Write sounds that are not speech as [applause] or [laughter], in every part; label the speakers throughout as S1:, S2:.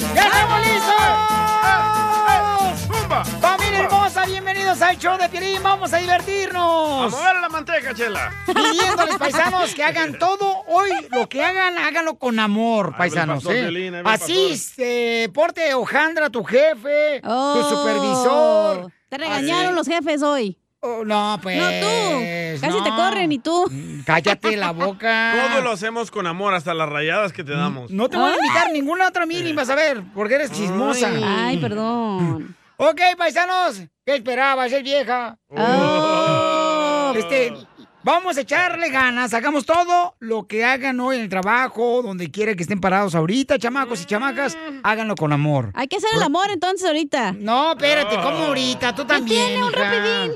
S1: ¡Estamos listos! ¡Familia hermosa! Bienvenidos al show de Piolín. Vamos a divertirnos.
S2: A mover la manteca, Chela.
S1: Pidiéndoles,
S3: [laughs]
S1: paisanos, que hagan todo hoy. Lo que hagan, háganlo con amor, paisanos.
S2: pastor
S1: ¿eh?
S2: Piolín, ahí va el
S1: Así, eh, porte hojandra tu jefe, tu supervisor.
S4: Oh, Te regañaron los jefes hoy.
S1: no, pues.
S4: No, tú. Casi te
S1: no.
S4: corren y tú.
S1: Cállate la boca.
S2: Todo lo hacemos con amor, hasta las rayadas que te damos.
S1: No te voy a invitar ninguna otra mini, vas a ver, porque eres chismosa.
S4: Ay, perdón.
S1: [laughs] Ok, paisanos, ¿qué esperabas, ser vieja?
S2: Oh.
S1: Este, vamos a echarle ganas, hagamos todo lo que hagan hoy en el trabajo, donde quiera que estén parados ahorita, chamacos y chamacas, háganlo con amor.
S4: Mm. Hay que hacer el amor entonces ahorita.
S1: Pues No, espérate,
S2: Oh.
S1: ¿cómo ahorita? Tú también,
S4: tiene un
S1: hija.
S4: rapidín?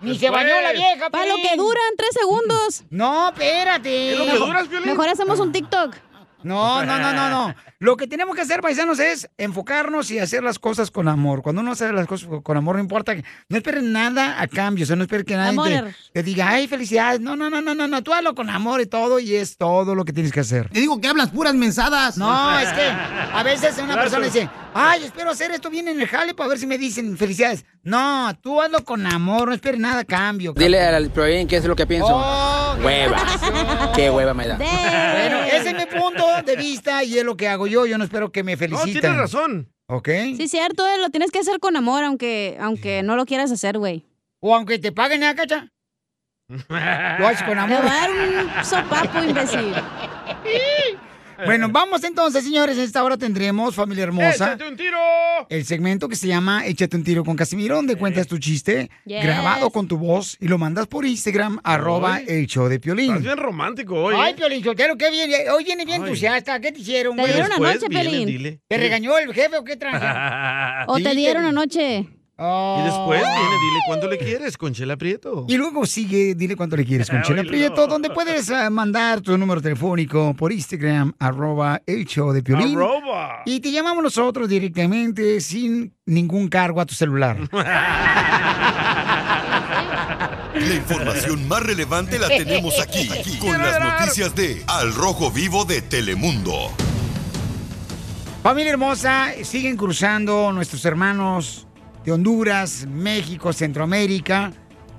S1: Ni se bañó
S2: Pues,
S1: la vieja,
S4: Para lo
S1: Piolín.
S4: que duran tres segundos.
S1: No, espérate.
S2: ¿Es lo que duras, Piolín?
S4: Mejor hacemos un TikTok.
S1: No, no, no, no, no. Lo que tenemos que hacer, paisanos, es enfocarnos y hacer las cosas con amor. Cuando uno hace las cosas con amor, no importa, que- no esperen nada a cambio, o sea, no esperen que nadie
S4: Amor.
S1: te, te diga, ay, felicidades. No, no, no, no, no, no, tú hazlo con amor y todo, y es todo lo que tienes que hacer.
S3: Te digo que hablas puras mensadas.
S2: [laughs]
S1: No, es que a veces una persona dice, ay, espero hacer esto bien en el jale para ver si me dicen felicidades. No, tú hazlo con amor, no esperes nada a cambio.
S5: Dile al Proin qué es lo que pienso.
S1: Oh, qué
S5: Hueva.
S1: gracioso.
S5: Qué hueva me da.
S1: Bueno,
S4: De-
S1: ese es mi punto de vista y es lo que hago yo. Yo no espero que me
S2: No,
S1: feliciten.
S2: tienes razón.
S1: ¿Ok?
S4: Sí, cierto, eh, lo tienes que hacer con amor, aunque, aunque no lo quieras hacer, güey.
S1: O aunque te paguen, ¿eh, cacha? Lo haces con
S4: Te
S1: amor.
S4: va a dar un
S1: [laughs]
S4: sopapo, imbécil.
S1: Bueno, vamos entonces, señores. En esta hora tendremos, familia hermosa,
S2: ¡Échate un tiro!
S1: el segmento que se llama Échate un tiro con Casimiro, donde cuentas tu chiste
S4: Yes.
S1: grabado con tu voz y lo mandas por Instagram, arroba
S2: Ay.
S1: el show de
S2: Estás
S1: Piolín.
S2: bien romántico hoy.
S1: Ay,
S2: ¿eh?
S1: Piolín, Sotelo, qué bien. Hoy viene bien
S2: Ay.
S1: entusiasta. ¿Qué te hicieron,
S4: Te
S1: güey?
S4: dieron-
S2: Después
S4: anoche,
S2: viene,
S4: Piolín.
S2: dile.
S1: ¿Te regañó el jefe o qué tranza?
S4: O te
S1: Sí,
S4: dieron
S1: te-
S4: anoche.
S1: Oh.
S2: Y después viene, dile cuánto le quieres, Conchela Prieto.
S1: Y luego sigue, dile cuánto le quieres con Chela
S2: Oílo.
S1: Prieto, donde puedes eh, mandar tu número telefónico por Instagram, arroba el show de Piolín.
S2: Arroba.
S1: Y te llamamos nosotros directamente sin ningún cargo a tu celular.
S6: La información más relevante la tenemos aquí, [laughs] aquí, con las noticias de Al Rojo Vivo de Telemundo.
S1: Familia hermosa, siguen cruzando nuestros hermanos de Honduras, México, Centroamérica.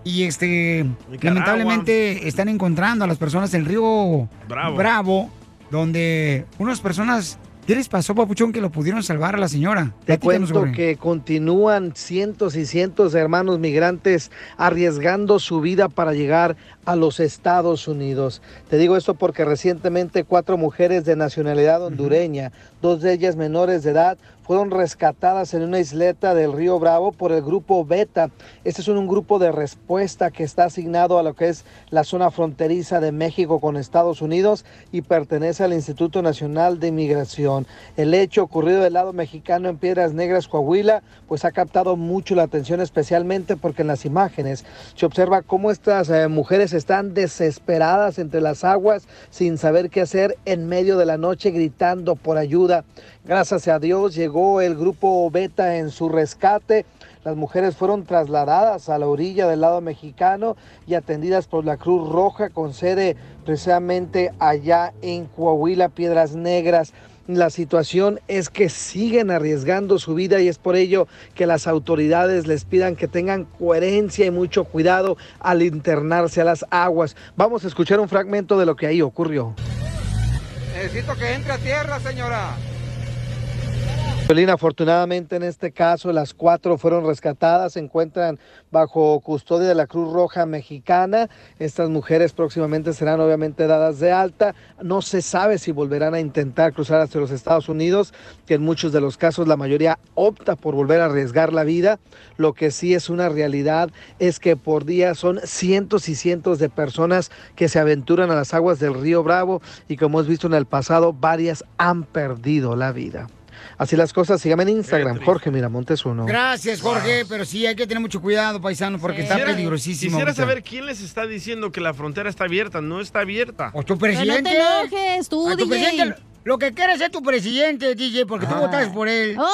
S1: Y este,
S2: Nicaragua.
S1: lamentablemente están encontrando a las personas en el río
S2: Bravo.
S1: donde unas personas, ¿qué les pasó, Papuchón, que lo pudieron salvar a la señora?
S7: Te
S1: Platícanos,
S7: cuento
S1: Jorge.
S7: que continúan cientos y cientos de hermanos migrantes arriesgando su vida para llegar a los Estados Unidos. Te digo esto porque recientemente cuatro mujeres de nacionalidad hondureña, dos de ellas menores de edad, fueron rescatadas en una isleta del río Bravo por el grupo Beta. Este es un, un grupo de respuesta que está asignado a lo que es la zona fronteriza de México con Estados Unidos y pertenece al Instituto Nacional de Inmigración. El hecho ocurrido del lado mexicano en Piedras Negras, Coahuila, pues ha captado mucho la atención, especialmente porque en las imágenes se observa cómo estas eh, mujeres están desesperadas entre las aguas sin saber qué hacer en medio de la noche gritando por ayuda. Gracias a Dios llegó el grupo Beta en su rescate. Las mujeres fueron trasladadas a la orilla del lado mexicano y atendidas por la Cruz Roja con sede precisamente allá en Coahuila, Piedras Negras. La situación es que siguen arriesgando su vida y es por ello que las autoridades les pidan que tengan coherencia y mucho cuidado al internarse a las aguas. Vamos a escuchar un fragmento de lo que ahí ocurrió.
S8: Necesito que entre a tierra, señora.
S7: Violín, afortunadamente en este caso las cuatro fueron rescatadas, se encuentran bajo custodia de la Cruz Roja Mexicana. Estas mujeres próximamente serán obviamente dadas de alta. No se sabe si volverán a intentar cruzar hacia los Estados Unidos, que en muchos de los casos la mayoría opta por volver a arriesgar la vida. Lo que sí es una realidad es que por día son cientos y cientos de personas que se aventuran a las aguas del río Bravo y como hemos visto en el pasado, varias han perdido la vida. Así las cosas, síganme en Instagram, Jorge Miramontes uno.
S3: Gracias, Jorge, pero sí hay que tener mucho cuidado, paisano, porque está
S2: Quisiera-
S3: peligrosísimo.
S2: Quisiera
S3: ahorita.
S2: saber quién les está diciendo que la frontera está abierta. No está abierta.
S3: O tu presidente.
S4: enojes, tú,
S3: A tu
S4: DJ.
S3: presidente, Lo que quiere ser tu presidente, DJ, porque tú
S2: Ah.
S3: votaste por él.
S4: Oh.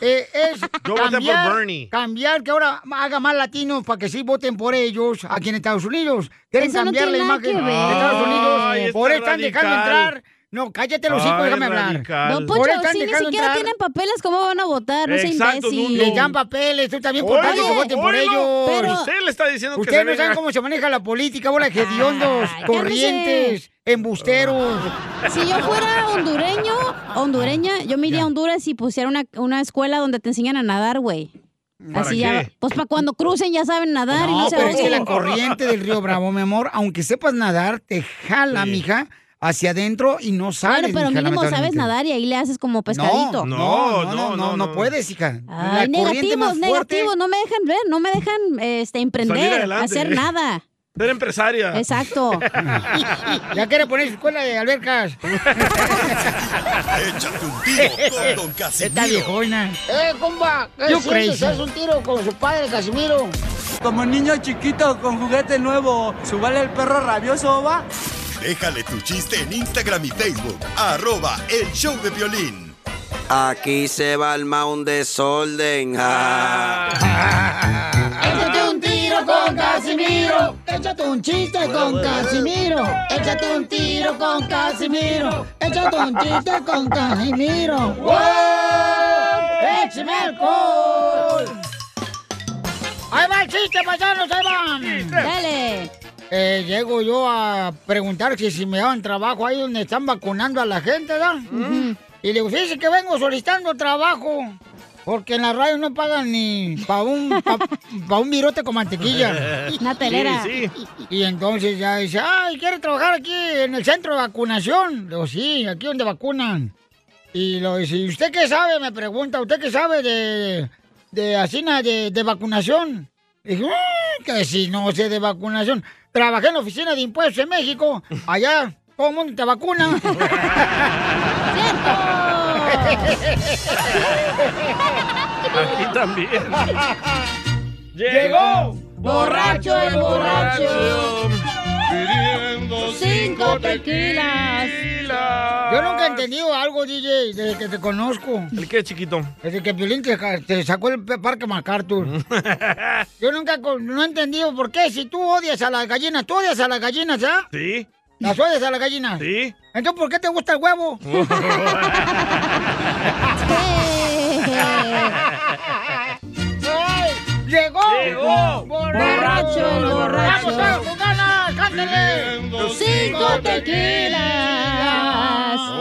S3: Eh,
S4: [laughs]
S3: es
S2: Yo voté por
S3: cambiar,
S2: Bernie.
S3: cambiar, que ahora haga más latinos para que sí voten por ellos aquí en Estados Unidos. Quieren
S4: Eso no
S3: cambiar
S4: tiene
S3: la
S4: nada
S3: imagen
S4: que
S3: de
S4: ver.
S3: Estados Unidos.
S4: Ay, este
S3: por eso están dejando
S4: radical.
S3: entrar. No, cállate los hijos,
S4: Ay,
S3: déjame
S4: radical.
S3: hablar.
S4: Don Poncho, si ni siquiera tienen papeles, ¿cómo van a votar? No sea Exacto, imbécil. Dundo.
S3: Les dan papeles, tú también por
S4: Oigo,
S3: tal de que voten por
S4: oigo.
S3: ellos.
S4: Pero-
S2: Usted le está diciendo que
S3: Ustedes
S2: se
S3: no
S2: venga.
S3: saben cómo se maneja la política, bola de hediondos, corrientes, embusteros.
S4: Si yo fuera hondureño, hondureña, yo me iría a Honduras y pusiera una, una escuela donde te enseñan a nadar, güey.
S3: ¿Para
S4: Así
S3: qué?
S4: ya, pues para cuando crucen ya saben nadar y
S3: No,
S4: no se
S3: pero es que
S4: ahogan.
S3: la corriente del río Bravo, mi amor, aunque sepas nadar, te jala, mija, hacia adentro y no
S4: Bueno,
S3: sales.
S4: pero
S3: mija,
S4: mínimo sabes
S3: lamentablemente.
S4: nadar pues y ahí le haces como pescadito.
S3: No, no, no, no, no, puedes, hija.
S4: Ay, [laughs]
S3: la corriente
S4: negativos,
S3: más fuerte.
S4: negativos, no me dejan ver, no me dejan eh, este, emprender,
S2: adelante.
S4: hacer nada.
S2: Ser empresaria. [laughs]
S4: Exacto.
S3: ya quiere poner su escuela
S6: [laughs]
S3: de albercas.
S6: Échate un tiro con Don Casimiro.
S3: Está viejona.
S9: ¡Eh, comba! ¿Qué
S3: You
S9: sientes?
S3: crazy.
S9: ¿Haz un tiro con su padre, Casimiro?
S10: Como niño chiquito con juguete nuevo, subale el perro rabioso, va.
S6: Déjale tu chiste en Instagram y Facebook. Arroba el show de violín.
S11: Aquí se va el un desorden.
S12: Ah.
S9: Échate un tiro con Casimiro. Échate un chiste con Casimiro. Échate un tiro con Casimiro. Échate un chiste con Casimiro. ¡Wow! ¡Échame alcohol!
S3: Ahí va el chiste, paisanos, ahí van.
S4: Dale.
S3: Eh, llego yo a preguntar que si me daban trabajo ahí donde están vacunando a la gente, ¿verdad? Y le digo, fíjese que vengo solicitando trabajo. Porque en la radio no pagan ni para un, pa, pa' un virote con mantequilla.
S4: [laughs] Una telera. Sí,
S3: Y entonces ya dice, ay, ¿quiere trabajar aquí en el centro de vacunación? Le digo, sí, aquí donde vacunan. Y lo dice, "¿Y usted qué sabe? Me pregunta, ¿usted qué sabe de, de asina de, de vacunación? Y dije, "Mm, que si no sé de vacunación. Trabajé en la oficina de impuestos
S2: [laughs]
S3: en México. Allá, todo el mundo te vacuna.
S2: Aquí también.
S9: Llegó borracho el borracho.
S2: Pidiendo
S9: Cinco tequilas.
S3: Yo nunca he entendido algo, DJ, desde que te conozco.
S2: ¿El qué, chiquito?
S3: Desde que Piolín te, te sacó el
S2: [laughs]
S3: parque MacArthur. Yo nunca con- no he entendido por qué. Si tú odias a las gallinas, tú odias a las gallinas, ¿ah?
S2: Sí.
S9: [laughs]
S3: ¿Las odias a las gallinas?
S2: Sí.
S3: Entonces, ¿por qué te gusta el huevo? ¡Ay! [laughs] ¡Llegó!
S9: Llegó. Borracho el borracho.
S3: ¡Vamos todos con ganas! ¡Cántale!
S4: Cinco tequilas.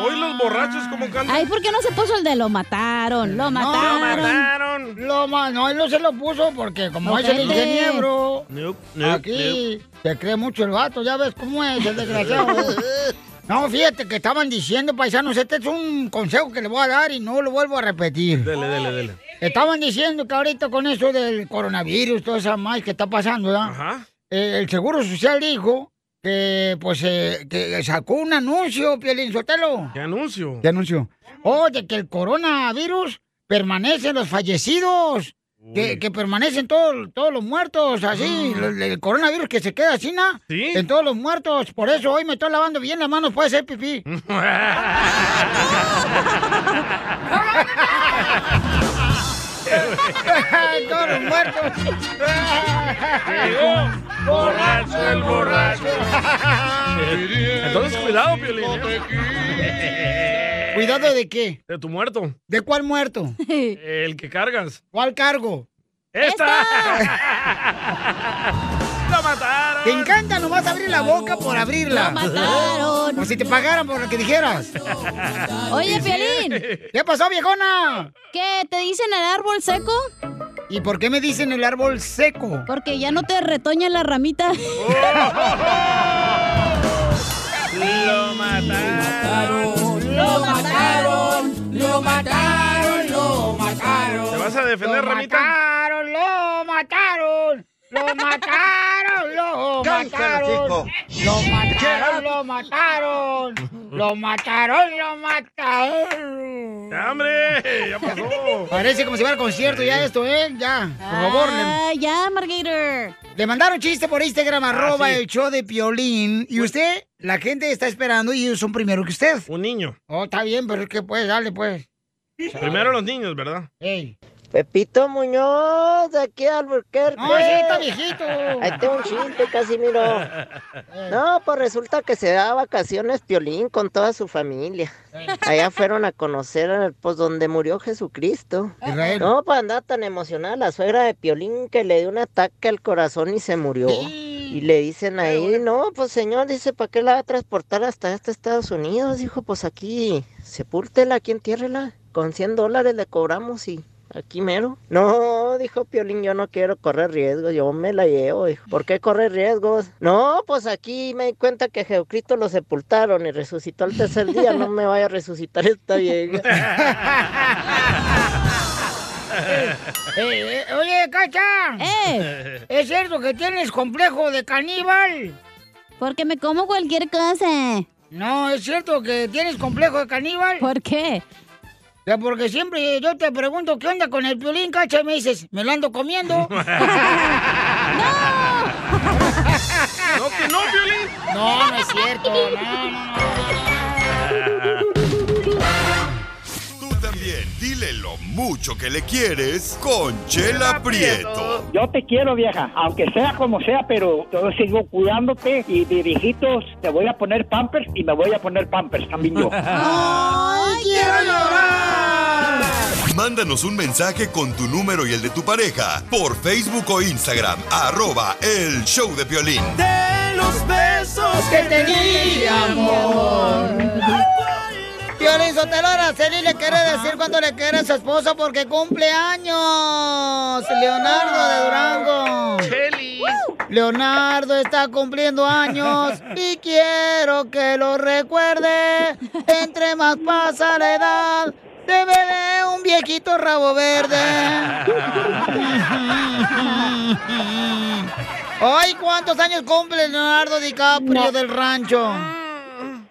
S2: Hoy los borrachos como cantan.
S4: Ay, ¿por qué no se puso el de lo mataron? Lo mataron.
S3: Lo ma- no, él no se lo puso porque como es el
S4: Ojete.
S3: ingeniero,
S2: Nope, nope,
S3: aquí se cree mucho el vato, ya ves cómo es el desgraciado. ¿eh?
S2: [laughs]
S3: No, fíjate que estaban diciendo, paisanos, este es un consejo que le voy a dar y no lo vuelvo a repetir.
S2: Dele, dele, dele.
S3: Estaban diciendo que ahorita con eso del coronavirus, toda esa más que está pasando, ¿verdad? Eh, el Seguro Social dijo que, pues, eh, que sacó un anuncio, Pielín Sotelo.
S2: ¿Qué anuncio?
S3: ¿Qué anuncio? Oh, de que el coronavirus permanece en los fallecidos. Que, que permanecen todos todos los muertos, así. lo- El, coronavirus que se queda así, ¿na?
S2: Ah. Sí.
S3: En todos los muertos. Por eso hoy me estoy lavando bien las manos, puede
S2: [laughs]
S3: ser pipí. [laughs] [laughs] Todos los muertos.
S9: [laughs] borracho el [laughs] borracho.
S2: Entonces, cuidado, Piolín.
S9: ¿eh? [laughs]
S3: ¿Cuidado de qué?
S2: De tu muerto.
S3: ¿De
S4: [laughs]
S3: cuál muerto?
S2: El que cargas.
S3: ¿Cuál cargo?
S2: ¡Esta! ¡Lo mataron!
S3: Te encanta nomás abrir la boca por abrirla.
S4: Lo mataron.
S3: Por si te pagaran por lo que dijeras.
S4: Oye, Piolín.
S3: ¿Qué pasó, viejona?
S4: ¿Qué? ¿Te dicen el árbol seco?
S3: ¿Y por qué me dicen el árbol seco?
S4: Porque ya no te retoña la
S3: [laughs]
S4: ramita.
S2: ¡Lo mataron!
S9: Lo mataron, lo mataron, lo mataron.
S2: ¿Te vas a defender,
S9: Lo
S2: Ramita?
S3: mataron, lo mataron, lo mataron, lo mataron. Lo mataron, lo mataron, lo mataron, lo mataron.
S2: ¡Hombre! ¡Ya
S3: [laughs]
S2: pasó!
S3: Parece como si fuera concierto ya esto, ¿eh? Ya, por favor.
S4: Ah, ya, Margator.
S3: Le mandaron chiste por Instagram,
S2: Ah,
S3: arroba
S4: sí.
S3: el show de Piolín. Y usted, la gente está esperando y ellos son primero que usted.
S2: Un niño.
S3: Oh, está bien, pero es que pues, dale pues.
S2: [laughs] Primero los niños, ¿verdad?
S3: Ey.
S10: Pepito Muñoz, de aquí al Albuquerque.
S2: No, ese está viejito.
S10: Ahí tengo un chiste, Casimiro. No, pues resulta que se da vacaciones Piolín con toda su familia. Allá fueron a conocer, pues, donde murió Jesucristo.
S9: Israel.
S10: No, pues andaba tan emocionada la suegra de Piolín que le dio un ataque al corazón y se murió. Y le dicen ahí, no, pues señor, dice, ¿para qué la va a transportar hasta este Estados Unidos? Dijo, pues aquí, sepúltela, aquí entiérrela. Con 100 dólares le cobramos y aquí mero. No, dijo Piolín, yo no quiero correr riesgos, yo me la llevo. Dijo, ¿por qué correr riesgos? No, pues aquí me di cuenta que Jesucristo lo sepultaron y resucitó al tercer día, no me vaya a resucitar esta vieja.
S3: Eh, eh, oye, Cacha.
S4: Eh.
S3: [laughs] ¿Es cierto que tienes complejo de caníbal?
S4: Porque me como cualquier cosa.
S3: No, es cierto que tienes complejo de caníbal.
S4: ¿Por qué?
S3: porque siempre yo te pregunto qué onda con el piolín, cacha, y me dices, me lo
S2: [laughs]
S3: ando comiendo.
S2: [laughs] ¡No, que no, Violín!
S3: No, no es cierto, no, no.
S6: Tú también, dile lo mucho que le quieres con Chela Prieto.
S13: Yo te quiero, vieja, aunque sea como sea, pero yo sigo cuidándote y de viejitos te voy a poner pampers y me voy a poner pampers también
S3: [laughs]
S13: yo.
S9: ¡Ay, quiero llorar!
S6: Mándanos un mensaje con tu número y el de tu pareja por Facebook o Instagram, arroba el show de violín.
S9: De los [laughs] besos que te di, amor.
S3: Piolín Sotelo Araceli le quiere decir cuánto le quiere a su esposa porque cumple años. Leonardo de Durango. Leonardo está cumpliendo [laughs] años y quiero que lo recuerde. Entre más pasa la edad, te bebé un viejito rabo verde. Ay, ¿cuántos años cumple Leonardo DiCaprio del rancho?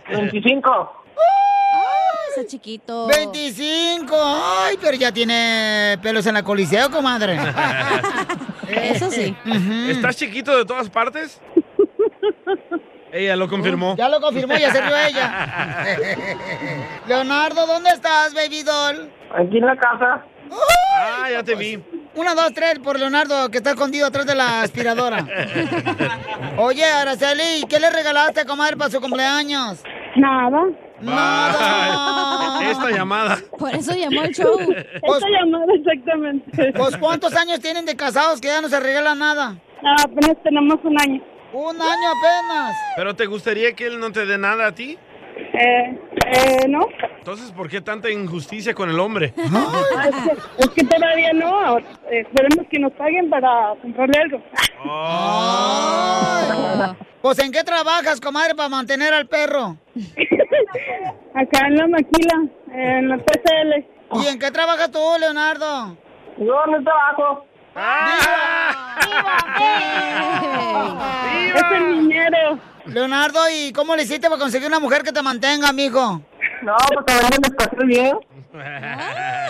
S13: 25.
S4: Está Ah, chiquito.
S3: 25. Ay, pero ya tiene pelos en la coliseo, comadre.
S4: [laughs] Eso sí.
S2: ¿Estás chiquito de todas
S3: [laughs]
S2: partes? Ella lo confirmó.
S3: Ya lo confirmó, ya se rió
S2: [laughs]
S3: ella. Leonardo, ¿dónde estás, baby doll?
S13: Aquí en la casa.
S2: Ah, ya te vi.
S3: Una, dos, tres por Leonardo, que está escondido atrás de la
S2: [laughs]
S3: aspiradora. Oye, Araceli, ¿qué le regalaste, comadre, para su cumpleaños?
S14: Nada.
S3: Nada.
S2: Ay, Esta llamada.
S4: Ah.
S2: Pues,
S4: Por eso llamó al
S14: [laughs]
S4: show.
S14: Esta llamada, exactamente.
S3: Pues, ¿cuántos años tienen de casados que ya no se regala nada?
S14: Ah, apenas tenemos un año.
S3: Un año apenas.
S2: ¿Pero te gustaría que él no te dé nada a ti?
S14: Eh, eh, no.
S2: Entonces, ¿por qué tanta injusticia con el
S14: [laughs]
S2: hombre?
S14: Es que, es que todavía no. ahora, eh, Esperemos que nos paguen para comprarle Ah, algo.
S3: Pues, ¿en qué trabajas, comadre, para mantener al perro?
S14: [laughs] Acá en la maquila, en la PCL.
S3: ¿Y en qué trabajas tú, Leonardo?
S14: Yo no trabajo.
S3: Es el
S14: niñero.
S3: Leonardo, ¿y cómo le hiciste para conseguir una mujer que te mantenga, amigo?
S14: No, porque a veces me pasó bien.
S3: Ah,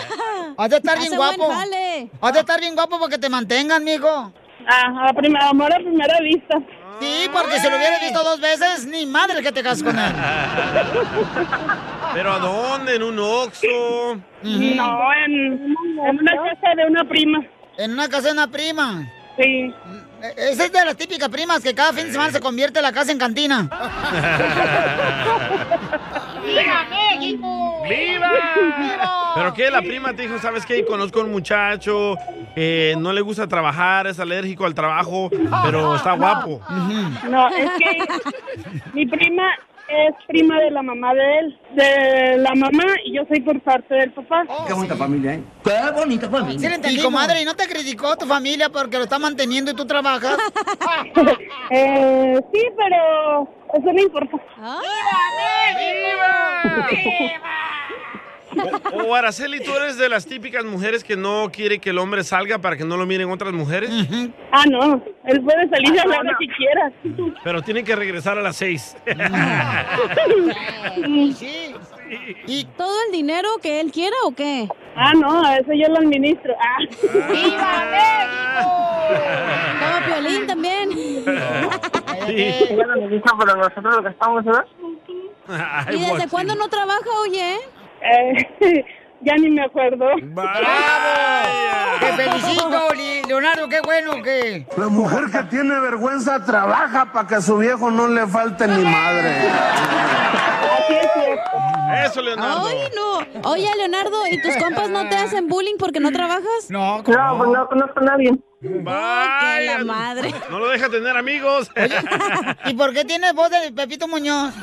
S3: Has de estar bien
S14: Hace
S3: guapo.
S14: buen jale.
S3: Has de estar bien guapo para que te mantengan, mijo.
S14: Ah, a primera, amor a primera vista.
S3: Sí, porque si lo hubiera visto dos veces, ni madre que te casas con él.
S2: [laughs] ¿Pero a dónde? ¿En un Oxxo? [laughs]
S14: No, en, en una casa de una prima.
S3: En una casa de una prima. Mm, e,
S14: Sí.
S3: Esa es de las típicas primas que cada fin de semana se convierte la casa en
S14: eh.
S9: [laughs]
S3: cantina.
S9: ¡Viva México!
S2: ¡Viva! ¿Pero qué? La prima te dijo, ¿sabes qué? Conozco a un muchacho, eh, no le gusta trabajar, es alérgico al trabajo, pero está guapo.
S14: No, es
S13: [laughs]
S14: que mi prima es prima de la mamá de él, de la mamá, y yo soy por parte del papá.
S9: Oh, Qué bonita
S15: familia, ¿eh?
S9: Qué bonita
S3: Sí, le entendí, comadre, ¿y no te criticó tu familia porque lo está manteniendo y tú [laughs] trabajas?
S14: eh, sí, pero eso no importa.
S2: O, o, Araceli, ¿tú eres de las típicas mujeres que no quiere que el hombre salga para que no lo miren otras mujeres?
S14: Ah, no, él puede salir a la hora que quiera.
S2: Pero tiene que regresar a
S16: [laughs]
S2: las seis.
S4: Sí. ¿Y todo el dinero que él quiera o qué?
S14: Ah, no, eso yo lo administro. Ah.
S3: [laughs]
S4: Como Piolín también.
S9: [laughs]
S14: Bueno, me dijo, pero nosotros lo gastamos, ¿verdad?
S4: ¿Y desde cuándo no trabaja, oye?
S14: Eh, [laughs] ya ni me acuerdo.
S9: [laughs]
S3: ¡Te felicito, Li- Leonardo! ¡Qué bueno que
S16: La mujer que tiene vergüenza trabaja para que a su viejo no le falte ni madre.
S2: Eso, Leonardo.
S4: Ay, no. Oye, Leonardo, ¿y tus compas no te hacen bullying porque no trabajas?
S3: No,
S14: No, pues no conozco a nadie.
S2: Vaya.
S4: la madre.
S2: No lo deja tener amigos.
S3: ¿Y por qué tienes voz de Pepito Muñoz?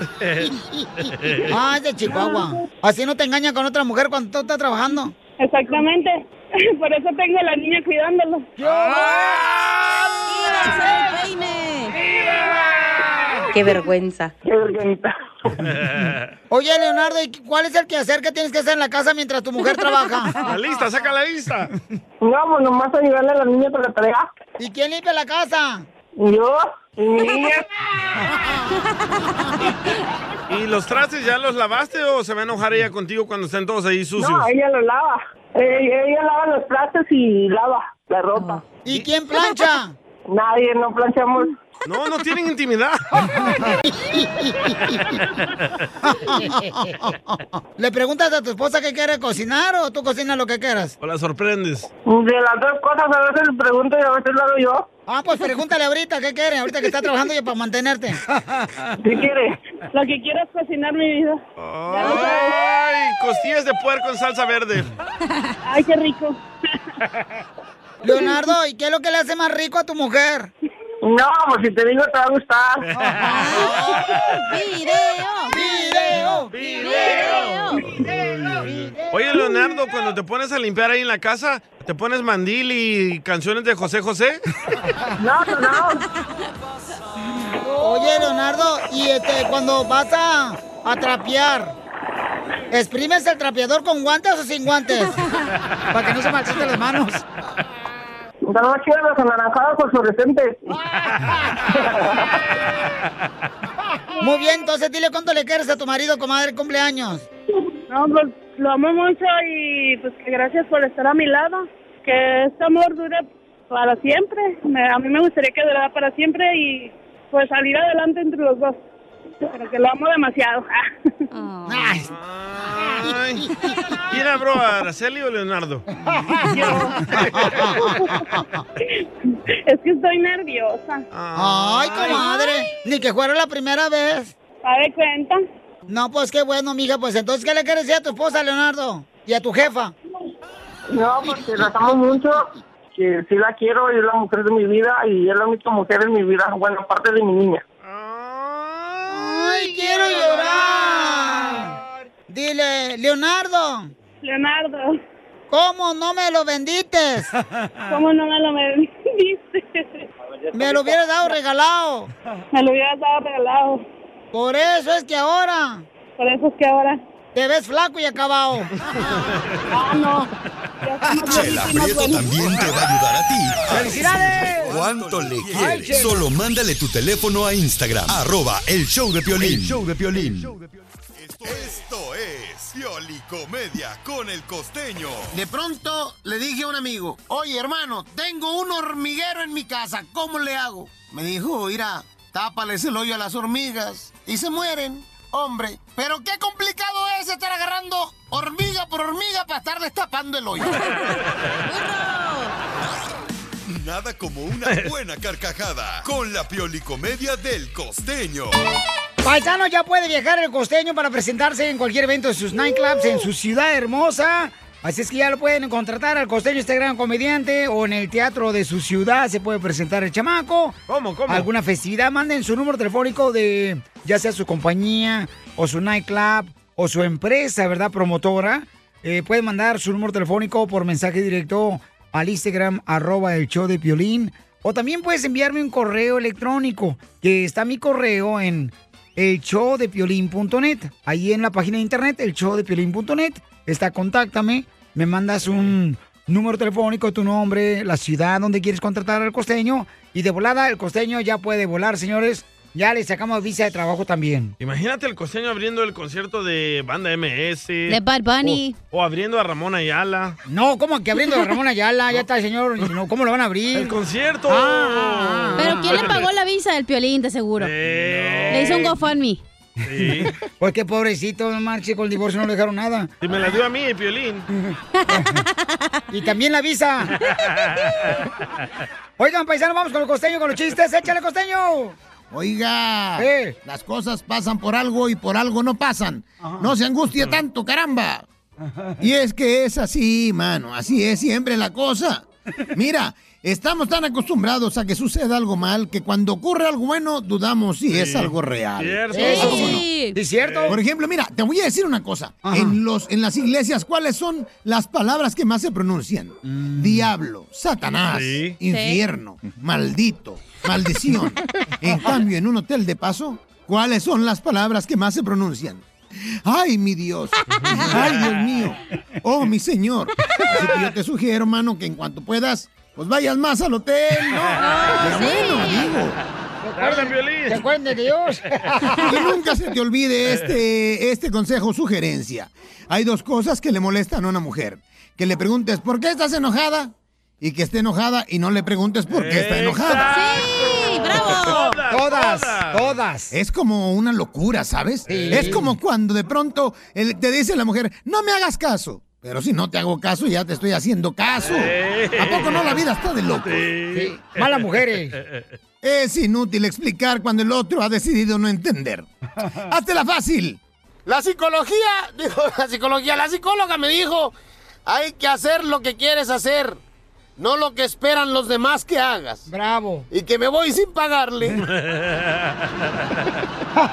S3: Ah, es de Chihuahua. Así no te engaña con otra mujer cuando tú estás trabajando.
S14: Exactamente. [laughs] Por eso tengo a la niña cuidándolo.
S17: Qué vergüenza.
S14: Qué vergüenza.
S9: [laughs]
S3: Oye, Leonardo, ¿y cuál es el quehacer que tienes que hacer en la casa mientras tu mujer trabaja?
S2: La lista, saca la lista.
S14: Vamos, pues nomás a ayudarle a la niña con la tarea.
S3: ¿Y quién limpia la
S14: [laughs]
S3: casa?
S14: Yo y mi niña.
S2: ¿Y los trastes ya los lavaste o se va a enojar ella contigo cuando estén todos ahí sucios?
S14: No, ella lo lava. Eh, ella lava los platos y lava la ropa.
S3: ¿Y quién plancha?
S14: Nadie, no planchamos.
S2: No, no tienen intimidad.
S3: [laughs] ¿Le preguntas a tu esposa qué quiere cocinar o tú cocinas lo que quieras?
S2: O la sorprendes.
S14: De las dos cosas a veces le pregunto y a veces lo hago yo.
S3: Ah, pues pregúntale ahorita qué quiere, ahorita que está trabajando y para mantenerte.
S14: [laughs] ¿Qué quiere? Lo que quiero es cocinar mi vida.
S2: Ay, costillas de puerco en salsa verde.
S14: Ay, qué rico.
S3: [laughs] Leonardo, ¿y qué es lo que le hace más rico a tu mujer?
S14: No, pues si te digo te va a
S3: [laughs]
S14: gustar.
S3: Ah, ¡Video! ¡Video!
S2: Oye, Leonardo, cuando te pones a limpiar ahí en la casa, ¿te pones mandil y canciones de José José?
S14: No, no, no.
S3: Oye, Leonardo, y este, cuando vas a, a trapear, ¿exprimes el trapeador con guantes o sin guantes? Para que no se marchiten las manos.
S14: No quiero los anaranjados con fluorescentes.
S3: Muy bien, entonces dile cuánto le quieres a tu marido, comadre, el cumpleaños.
S14: No, pues lo amo mucho y pues que gracias por estar a mi lado. Que este amor dure para siempre. Me- a mí me gustaría que durara para siempre y pues salir adelante entre los dos. Pero que lo amo demasiado. [laughs]
S2: Ay. ¿Quién habló, Araceli o Leonardo?
S14: es que estoy nerviosa.
S3: Ay, comadre, ni que fuera la primera vez.
S14: ¿Sabe cuenta?
S3: No, pues qué bueno, mija, pues entonces, ¿qué le quieres decir a tu esposa, Leonardo? Y a tu jefa.
S14: No, porque la amo mucho. Que sí la quiero y es la mujer de mi vida y es la única mujer en mi vida. Bueno, aparte de mi niña.
S3: ¡Ay, quiero llorar! Dile, Leonardo.
S14: Leonardo.
S3: ¿Cómo no me lo bendites?
S14: [laughs] ¿Cómo no me lo vendiste?
S3: Me lo hubieras dado regalado.
S14: Me lo hubieras dado regalado.
S3: Por eso es que ahora.
S14: Por eso es que ahora.
S3: Te ves flaco y acabado.
S14: [laughs] Ah, no.
S6: Chela Prieto también te va a ayudar a ti. a
S3: ¡Felicidades!
S6: decirle ¿Cuánto le
S3: Ay,
S6: quieres?
S3: Chela.
S6: Solo mándale tu teléfono a Instagram. Arroba el show de Piolín.
S12: El
S6: show de Piolín. Esto es Piolicomedia con el costeño.
S5: De pronto le dije a un amigo, oye hermano, tengo un hormiguero en mi casa, ¿cómo le hago? Me dijo, mira, tápales el hoyo a las hormigas y se mueren. Hombre, pero qué complicado es estar agarrando hormiga por hormiga para estar destapando el
S2: [laughs]
S5: hoyo.
S6: Nada como una buena carcajada con la Piolicomedia del costeño.
S1: Paisano ya puede viajar el costeño para presentarse en cualquier evento de sus nightclubs en su ciudad hermosa. Así es que ya lo pueden contratar al costeño, este gran comediante, o en el teatro de su ciudad se puede presentar el chamaco.
S2: ¿Cómo, cómo?
S1: Alguna festividad, manden su número telefónico de ya sea su compañía, o su nightclub, o su empresa, ¿verdad? Promotora. Eh, pueden mandar su número telefónico por mensaje directo al Instagram, arroba el show de Piolín. O también puedes enviarme un correo electrónico, que está mi correo en el showdepiolín.net. Ahí en la página de internet, el showdepiolín.net, está contáctame, me mandas un número telefónico, tu nombre, la ciudad donde quieres contratar al costeño. Y de volada, el costeño ya puede volar, señores. Ya le sacamos visa de trabajo también.
S2: [laughs] Imagínate el costeño abriendo el concierto de Banda MS.
S4: De Bad Bunny.
S2: O, o abriendo a Ramón Ayala.
S1: No, ¿cómo que abriendo a Ramón Ayala? Ya está el señor. No, ¿Cómo lo van a abrir?
S2: El concierto.
S1: Ah,
S4: Pero ¿quién le pagó la visa del piolín, de seguro? Le hizo un GoFundMe.
S2: Sí.
S1: Porque pobrecito, no marche con el divorcio no le dejaron nada.
S2: Y me la dio a mí, el Piolín.
S1: [laughs] Y también la visa. Oigan, paisano, vamos con el costeño, con los chistes. Échale, costeño.
S5: Oiga,
S2: Eh.
S5: las cosas pasan por algo y por algo no pasan.
S1: Ajá.
S5: No se angustia tanto, caramba. Y es que es así, mano, así es siempre la cosa. Mira, estamos tan acostumbrados a que suceda algo mal que cuando ocurre algo bueno dudamos si es algo real.
S2: Cierto.
S5: ¿A poco no?
S1: ¿Es cierto?
S5: Por ejemplo, mira, te voy a decir una cosa. En, los, en las iglesias, ¿cuáles son las palabras que más se pronuncian? Diablo, Satanás,
S18: Sí.
S5: infierno, maldito, maldición. en cambio, en un hotel de paso, ¿cuáles son las palabras que más se pronuncian? ¡Ay, mi Dios! ¡Ay, Dios mío! ¡Oh, mi Señor! Así que yo te sugiero, hermano, que en cuanto puedas, pues vayas más al hotel, ¿no? Pero bueno, digo.
S2: Tarde, Piolín.
S1: ¿Se acuerdan de Dios?
S5: [laughs] Que nunca se te olvide este, este consejo, sugerencia. Hay dos cosas que le molestan a una mujer. Que le preguntes, ¿por qué estás enojada? Y que esté enojada y no le preguntes por qué está enojada.
S4: ¡Sí! ¡Bravo!
S1: Todas, todas.
S5: Es como una locura, ¿sabes? Es como cuando de pronto el- te dice la mujer, no me hagas caso. Pero si no te hago caso, ya te estoy haciendo caso. ¿A poco no la vida está de loco?
S2: [laughs]
S1: Malas mujeres.
S5: Es inútil explicar cuando el otro ha decidido no
S8: [laughs]
S5: entender. la fácil.
S8: La psicología, [laughs] dijo la psicología, la psicóloga me dijo, hay que hacer lo que quieres hacer, no lo que esperan los demás que hagas.
S1: Bravo.
S8: Y que me voy sin
S9: [laughs]
S8: pagarle.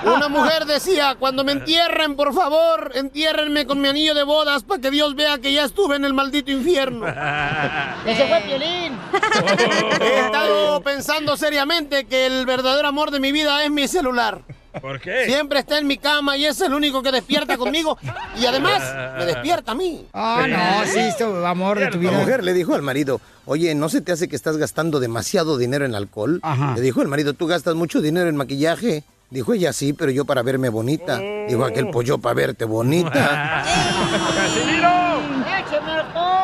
S8: Una mujer decía, cuando me entierren, por favor, entiérrenme con mi anillo de bodas para que Dios vea que ya estuve en el maldito
S9: [laughs]
S8: infierno.
S1: ¡Ese
S9: Eh.
S1: fue Piolín!
S8: Eh. [laughs] He estado pensando seriamente que el verdadero amor de mi vida es mi celular.
S2: ¿Por qué?
S8: Siempre está en mi cama y es el único que despierta conmigo y además me despierta a mí.
S1: Ah, no, sí, esto, amor de tu
S8: vida.
S9: La mujer le dijo al marido, oye, ¿no se te hace que estás gastando demasiado dinero en alcohol? Le dijo el marido, tú gastas mucho dinero en maquillaje. Dijo ella, sí, pero yo para verme bonita. Dijo aquel, pues yo para verte bonita.
S1: ¡Écheme alcohol!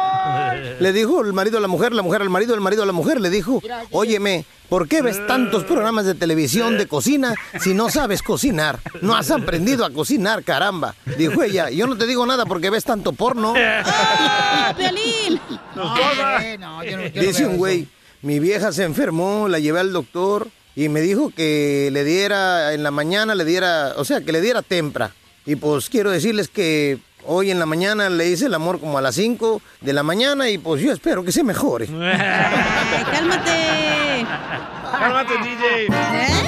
S9: le dijo el marido a la mujer, la mujer al marido, el marido a la mujer. Le dijo, óyeme, ¿por qué ves tantos programas de televisión de cocina si no sabes cocinar? No has aprendido a cocinar, caramba. Dijo ella, yo no te digo nada porque ves tanto porno.
S4: ¡Ah, Piolín!
S1: Ay, no, yo no- yo no
S9: Dice
S1: veo
S9: un güey, mi vieja se enfermó, la llevé al doctor y me dijo que le diera en la mañana, le diera, o sea, que le diera tempra. Y pues quiero decirles que hoy en la mañana le hice el amor como a las 5 de la mañana y pues yo espero que se mejore. Eh,
S4: Ay, cálmate.
S2: Cálmate, DJ.
S9: ¿Eh?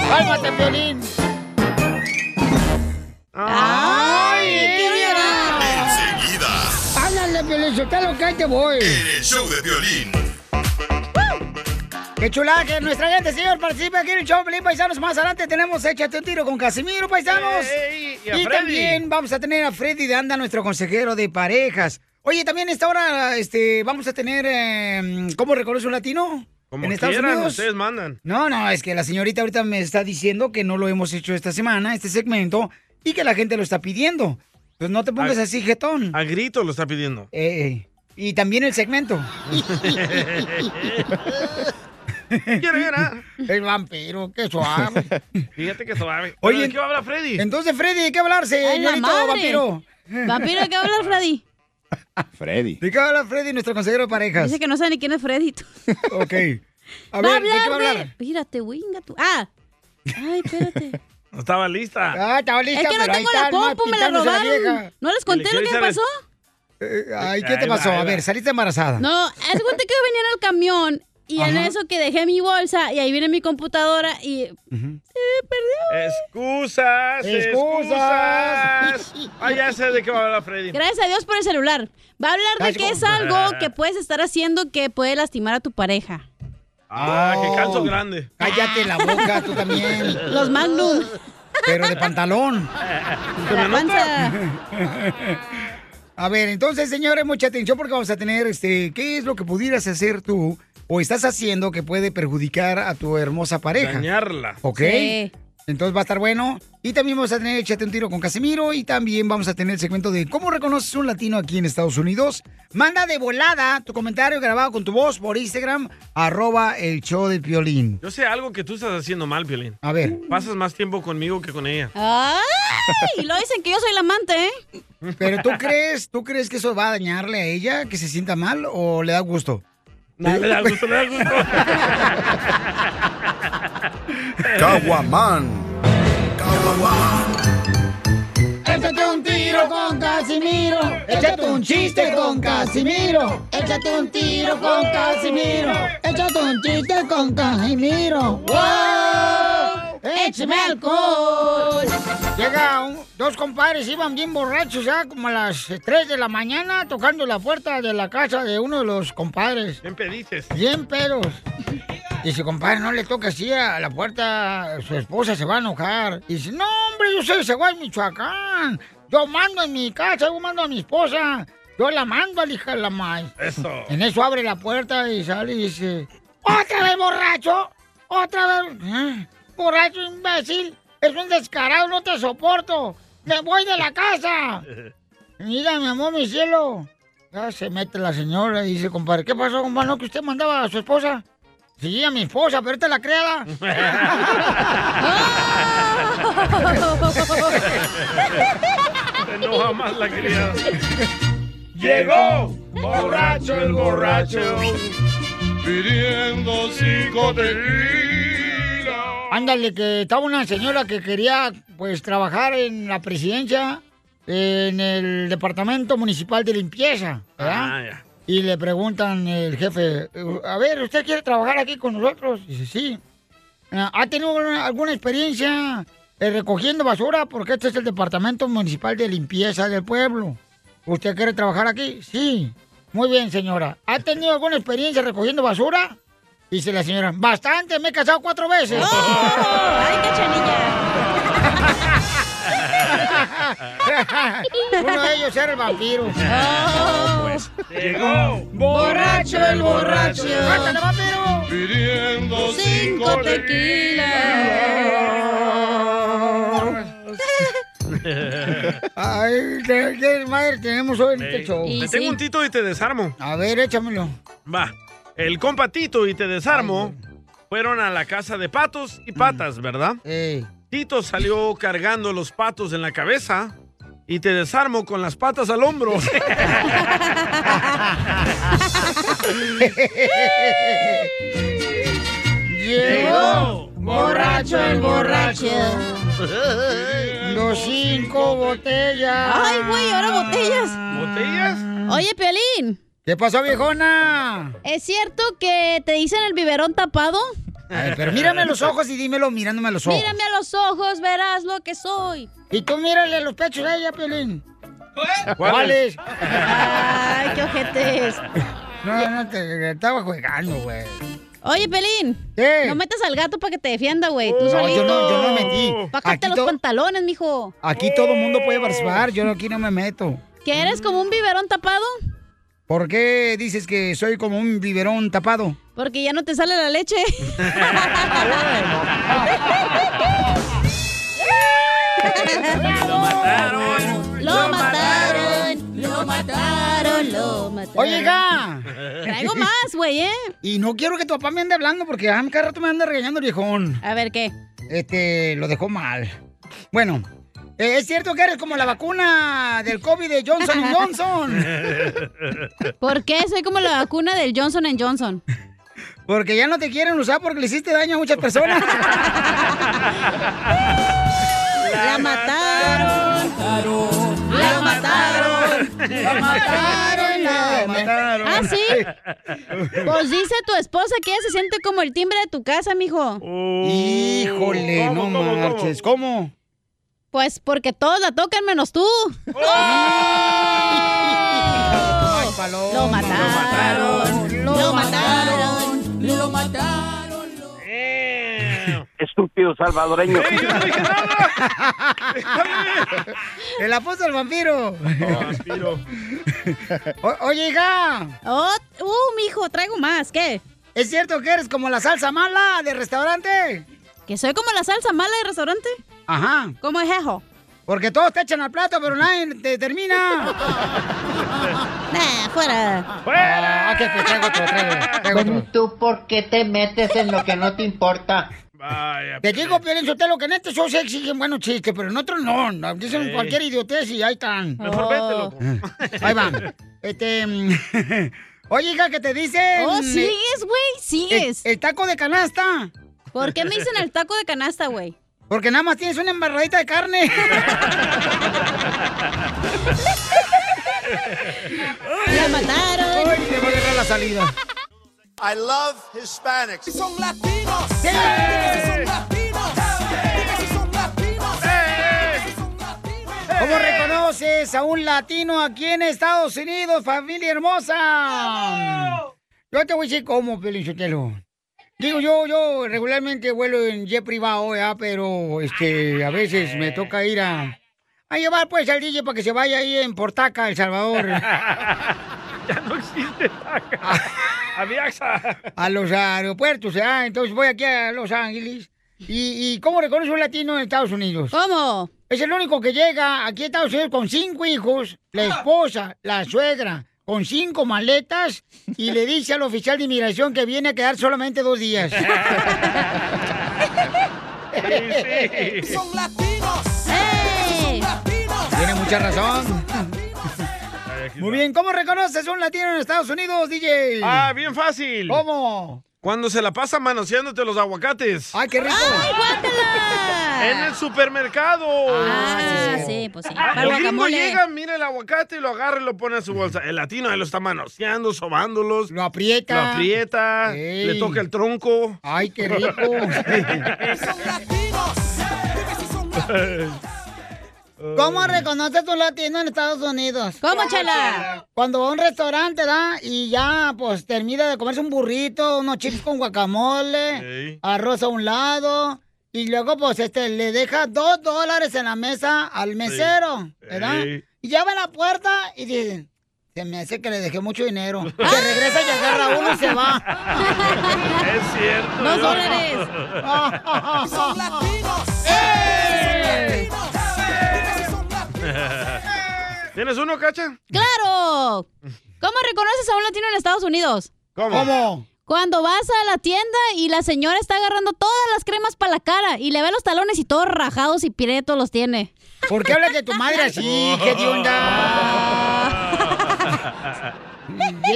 S1: ¡Cálmate, Piolín! ¡Ay! ¡Quiero llorar!
S6: Enseguida,
S1: Háblale, Piolín, lo que ahí te voy.
S6: el show de violín.
S1: ¡Qué chulada que nuestra gente, señor! Participe aquí en el show, Pelín Paisanos. Más adelante tenemos Échate un tiro con Casimiro, paisanos.
S2: Ey, y a
S1: y
S2: Freddy. [laughs]
S1: también vamos a tener a Freddy de Anda, nuestro consejero de parejas. Oye, también a esta hora este, vamos a tener... eh, ¿Cómo reconoce un latino?
S2: Como
S1: en Estados
S2: quieran,
S1: Unidos.
S2: ustedes mandan.
S1: No, no, es que la señorita ahorita me está diciendo que no lo hemos hecho esta semana, este segmento, y que la gente lo está pidiendo. Pues no te pongas
S2: A-
S1: así, jetón.
S2: A grito lo está pidiendo.
S1: Eh, eh, Y también el segmento. El vampiro, qué suave.
S2: Fíjate que suave.
S1: Oye,
S2: Oye, ¿de qué va a hablar Freddy?
S1: Entonces, Freddy, ¿de qué
S3: Eh,
S1: hablarse,
S4: Ay, la
S1: señorito
S4: madre.
S1: vampiro?
S4: Vampiro, ¿de qué hablas, Freddy?
S19: Freddy.
S1: ¿De qué habla Freddy, nuestro consejero de parejas?
S4: Dice que no sabe ni quién es Freddy. tú.
S1: Ok. A ver, ¿de qué va a
S4: de-
S1: hablar?
S4: Mírate, winga tú. Ah. Ay, espérate.
S2: No estaba lista.
S3: Ah, estaba lista,
S4: Es que no
S3: pero ahí
S4: tengo la
S3: está, nomás
S4: compu, me la
S3: pintándose la
S4: robaron.
S3: vieja.
S4: ¿No les conté lo que me pasó?
S3: Eh, ay, ¿qué te
S9: Ahí va,
S3: pasó?
S9: ahí
S3: A
S9: va.
S3: ver, saliste embarazada.
S4: No, haz cuenta que venía en el camión y en
S3: Ajá.
S4: eso que dejé mi bolsa y ahí viene mi computadora y
S2: Excusas, excusas. Ah, ya sé de qué va a hablar Freddy.
S4: gracias a Dios por el celular. Va a hablar de
S2: Gracias,
S4: que es
S2: compa.
S4: algo que puedes estar haciendo que puede lastimar a tu pareja.
S2: Ah,
S3: Oh.
S2: qué calzo grande.
S3: Cállate la boca,
S2: [laughs]
S3: tú también.
S4: Los Magnum.
S3: Pero de pantalón.
S2: ¿Se me nota?
S3: [laughs] A ver, entonces, señores, mucha atención porque vamos a tener, este, ¿qué es lo que pudieras hacer tú o estás haciendo que puede perjudicar a tu hermosa pareja?
S2: Dañarla.
S3: ¿Ok?
S2: Sí.
S3: Entonces va a estar bueno. Y también vamos a tener Échate un tiro con Casimiro y también vamos a tener el segmento de ¿Cómo reconoces un latino aquí en Estados Unidos? Manda de volada tu comentario grabado con tu voz por Instagram, arroba el show de Piolín.
S2: Yo sé algo que tú estás haciendo mal, Piolín.
S3: A ver.
S2: Pasas más tiempo conmigo que con ella.
S4: ¡Ay! Y lo dicen que yo soy la amante, ¿eh?
S3: ¿Pero tú crees, tú crees que eso va a dañarle a ella, que se sienta mal o le da gusto?
S2: No, le da gusto, le da
S3: [laughs]
S2: gusto.
S6: Caguaman.
S9: Échate un tiro con Casimiro. Échate un chiste con Casimiro. Échate un tiro con Casimiro. Échate un chiste con Casimiro. ¡Wow! ¡Échame alcohol!
S3: Llega un- dos compadres, iban bien borrachos ya como a las 3 de la mañana tocando la puerta de la casa de uno de los compadres.
S2: Siempre dices.
S3: Bien pedos. Dice, compadre, no le toque así a la puerta, su esposa se va a enojar. Dice, no, hombre, yo soy de Zaguay, Michoacán. Yo mando en mi casa, yo mando a mi esposa. Yo la mando a la hija de la maíz.
S2: Eso.
S3: En eso abre la puerta y sale y dice, ¿otra vez borracho? ¿Otra vez? ¿Eh? Borracho imbécil, es un descarado, no te soporto. Me voy de la
S2: [laughs]
S3: casa. Mira, mi amor, mi cielo. Ya se mete la señora y dice, compadre, ¿qué pasó, compadre? ¿No que usted mandaba a su esposa? Sí, a mi esposa, pero esta es la creada.
S9: ¡Ah!
S2: [laughs] Se enoja más la criada. [laughs] Llegó borracho el borracho pidiendo psicotequila.
S3: Ándale, que estaba una señora que quería, pues, trabajar en la presidencia, en el departamento municipal de limpieza, ¿verdad?
S2: Ah,
S9: [laughs]
S2: ya.
S3: Y le preguntan el jefe, "Eh, a ver, ¿usted quiere trabajar aquí con nosotros? Dice, sí. "Ah, ¿Ha tenido alguna- alguna experiencia eh, recogiendo basura? Porque este es el Departamento Municipal de Limpieza del Pueblo. ¿Usted quiere trabajar aquí? Sí. Muy bien, señora. ¿Ha tenido alguna experiencia recogiendo basura? Dice la señora, bastante, me he casado cuatro veces.
S9: ¡Ay,
S3: [laughs] Uno de ellos era el vampiro.
S9: ¡Oh! Llegó borracho el borracho.
S3: ¡Mátale, vampiro!
S9: Pidiendo cinco
S2: [laughs]
S9: tequilas.
S3: Ay, qué, qué madre tenemos hoy en este
S2: Ey,
S3: show.
S2: Te tengo un tito y te desarmo.
S3: A ver, échamelo.
S2: Va. El compa Tito y te desarmo fueron a la casa de patos y patas, ¿verdad? Tito salió cargando los patos en la cabeza y te desarmo con las patas al
S3: [laughs]
S2: hombro.
S9: Llegó borracho el borracho.
S3: Los cinco botellas.
S4: Ay, güey, ahora botellas.
S2: ¿Botellas?
S4: Oye, Piolín.
S3: ¿Qué pasó, viejona?
S4: ¿Es cierto que te dicen el biberón tapado?
S3: Ay, pero mírame a los ojos y dímelo mirándome a los ojos.
S4: Mírame a los ojos, verás lo que soy.
S3: Y tú mírale a los pechos a ella, Piolín.
S9: ¿Cuáles?
S3: ¿Cuáles?
S4: Ay, qué ojetes.
S3: [laughs] No, no, te, estaba jugando, güey.
S4: Oye, Pelín. No metas al gato para que te defienda, güey. Tú
S3: No,
S4: solito.
S3: yo no- yo no metí.
S4: Bájate
S3: Aquí
S4: los
S3: to-
S4: pantalones, mijo.
S3: Aquí todo el mundo puede participar, yo aquí no me meto.
S4: ¿Que eres como un biberón tapado?
S3: ¿Por qué dices que soy como un biberón tapado?
S4: Porque ya no te sale la leche. Ah,
S9: Lo
S4: Lo
S9: mataron.
S4: mataron. Lo mataron. Lo mataron.
S3: Oye, hija.
S4: [laughs] Traigo más, güey, ¿eh?
S3: Y no quiero que tu papá me ande hablando porque ah, cada rato me anda regañando el viejón.
S4: A ver, ¿qué?
S3: Este, lo dejó mal. Bueno, eh, es cierto que eres como la vacuna del COVID de Johnson Johnson.
S4: [laughs] ¿Por qué? Soy como la vacuna del Johnson Johnson. [laughs]
S3: Porque ya no te quieren usar porque le hiciste daño a muchas personas.
S4: La mataron. La mataron. La mataron. La mataron. Ah, sí. Pues dice tu esposa que ella se siente como el timbre de tu casa, mijo.
S2: Oh,
S3: Uh, Híjole, no marches. ¿Cómo?
S4: Pues porque todos la tocan menos tú.
S3: Oh.
S4: ¡Oh! Lo mataron. Lo mataron. Lo mataron.
S8: Estúpido salvadoreño.
S3: [laughs] El apóstol del vampiro.
S8: vampiro.
S3: O- oye, hija.
S4: uh, mijo, traigo más. ¿Qué?
S3: ¿Es cierto que eres como la salsa mala de restaurante?
S4: ¿Que soy como la salsa mala de restaurante?
S3: Ajá.
S4: ¿Cómo es eso?
S3: Porque todos te echan al plato, pero nadie te termina.
S4: [laughs] Nah, fuera.
S3: ¡Fuera! Ah, que te traigo otro, traigo, traigo otro.
S20: ¿Tú por qué te metes en lo que no te importa?
S4: Oh.
S3: Te digo, Piolín Sotelo, que en este show se exigen buenos chistes, pero en otros no. no, Dicen
S9: Sí.
S3: cualquier idiotez y ahí están. Oh.
S9: Mejor vete, loco.
S4: [laughs]
S3: Ahí van. Este... mm, [laughs] Oye, hija, que te dicen...
S4: Oh, sigues, güey, sigues.
S3: El, el taco de canasta.
S4: ¿Por qué me
S3: [laughs]
S4: dicen el taco de canasta, güey?
S3: Porque nada más tienes una embarradita de
S4: [laughs]
S3: carne.
S4: La mataron.
S3: Ay, me voy a agarrar la salida.
S9: I love Hispanics. Son latinos.
S3: ¿Cómo reconoces a un latino aquí en Estados Unidos, familia hermosa? Yo te voy a decir cómo, Pelinchotelo. Digo, yo, yo regularmente vuelo en jet privado, ¿ya? pero este, a veces me toca ir a, a llevar pues al DJ para que se vaya ahí en Portaca, El Salvador.
S2: Ya no existe taca. Aviaxa.
S3: a los aeropuertos, ¿ya? Entonces voy aquí a Los Ángeles. ¿Y, y cómo reconoce un latino en Estados Unidos?
S4: ¿Cómo?
S3: Es el único que llega aquí a Estados Unidos con cinco hijos, la esposa, la suegra, con cinco maletas y le dice al oficial de inmigración que viene a quedar solamente dos días.
S9: Son latinos.
S2: Ah.
S9: Son latinos.
S3: Tiene mucha razón. Muy bien, ¿cómo reconoces un latino en Estados Unidos, DJ?
S2: Ah, bien fácil.
S3: ¿Cómo?
S2: Cuando se la pasa manoseándote los aguacates.
S3: ¡Ay, qué rico!
S4: ¡Ay, guácala!
S2: En el supermercado.
S4: Ah, sí, pues sí. Para
S2: el
S4: el
S2: gringo
S4: guacamole. [laughs]
S2: llega, mira el aguacate y lo agarra y lo pone en su bolsa. El latino ahí lo está manoseando, sobándolos.
S3: Lo aprieta.
S2: Lo aprieta.
S3: Ey.
S2: Le toca el tronco.
S3: ¡Ay, qué rico!
S2: [laughs]
S3: [laughs] ¿Cómo reconoces un latino en Estados Unidos?
S4: ¿Cómo, Chela?
S3: Cuando va a un restaurante, ¿da? Y ya, pues, termina de comerse un burrito, unos chips con guacamole,
S9: Ey.
S3: arroz a un lado, y luego, pues, este, le deja dos dólares en la mesa al mesero, ¿verdad?
S9: Ey.
S3: Y ya va a la puerta y dicen, se me hace que le dejé mucho dinero. Se regresa y agarra uno y se va.
S9: Es cierto.
S3: Dos
S9: Dos
S3: dólares.
S9: dólares.
S3: Son
S9: latinos.
S2: ¡Eh! ¿Tienes uno, Cacha?
S4: ¡Claro! ¿Cómo reconoces a un latino en Estados Unidos?
S2: ¿Cómo? ¿Cómo?
S4: Cuando vas a la tienda y la señora está agarrando todas las cremas para la cara y le ve los talones y todos rajados y piretos los tiene.
S3: ¿Por qué hablas de tu madre así? ¿Qué de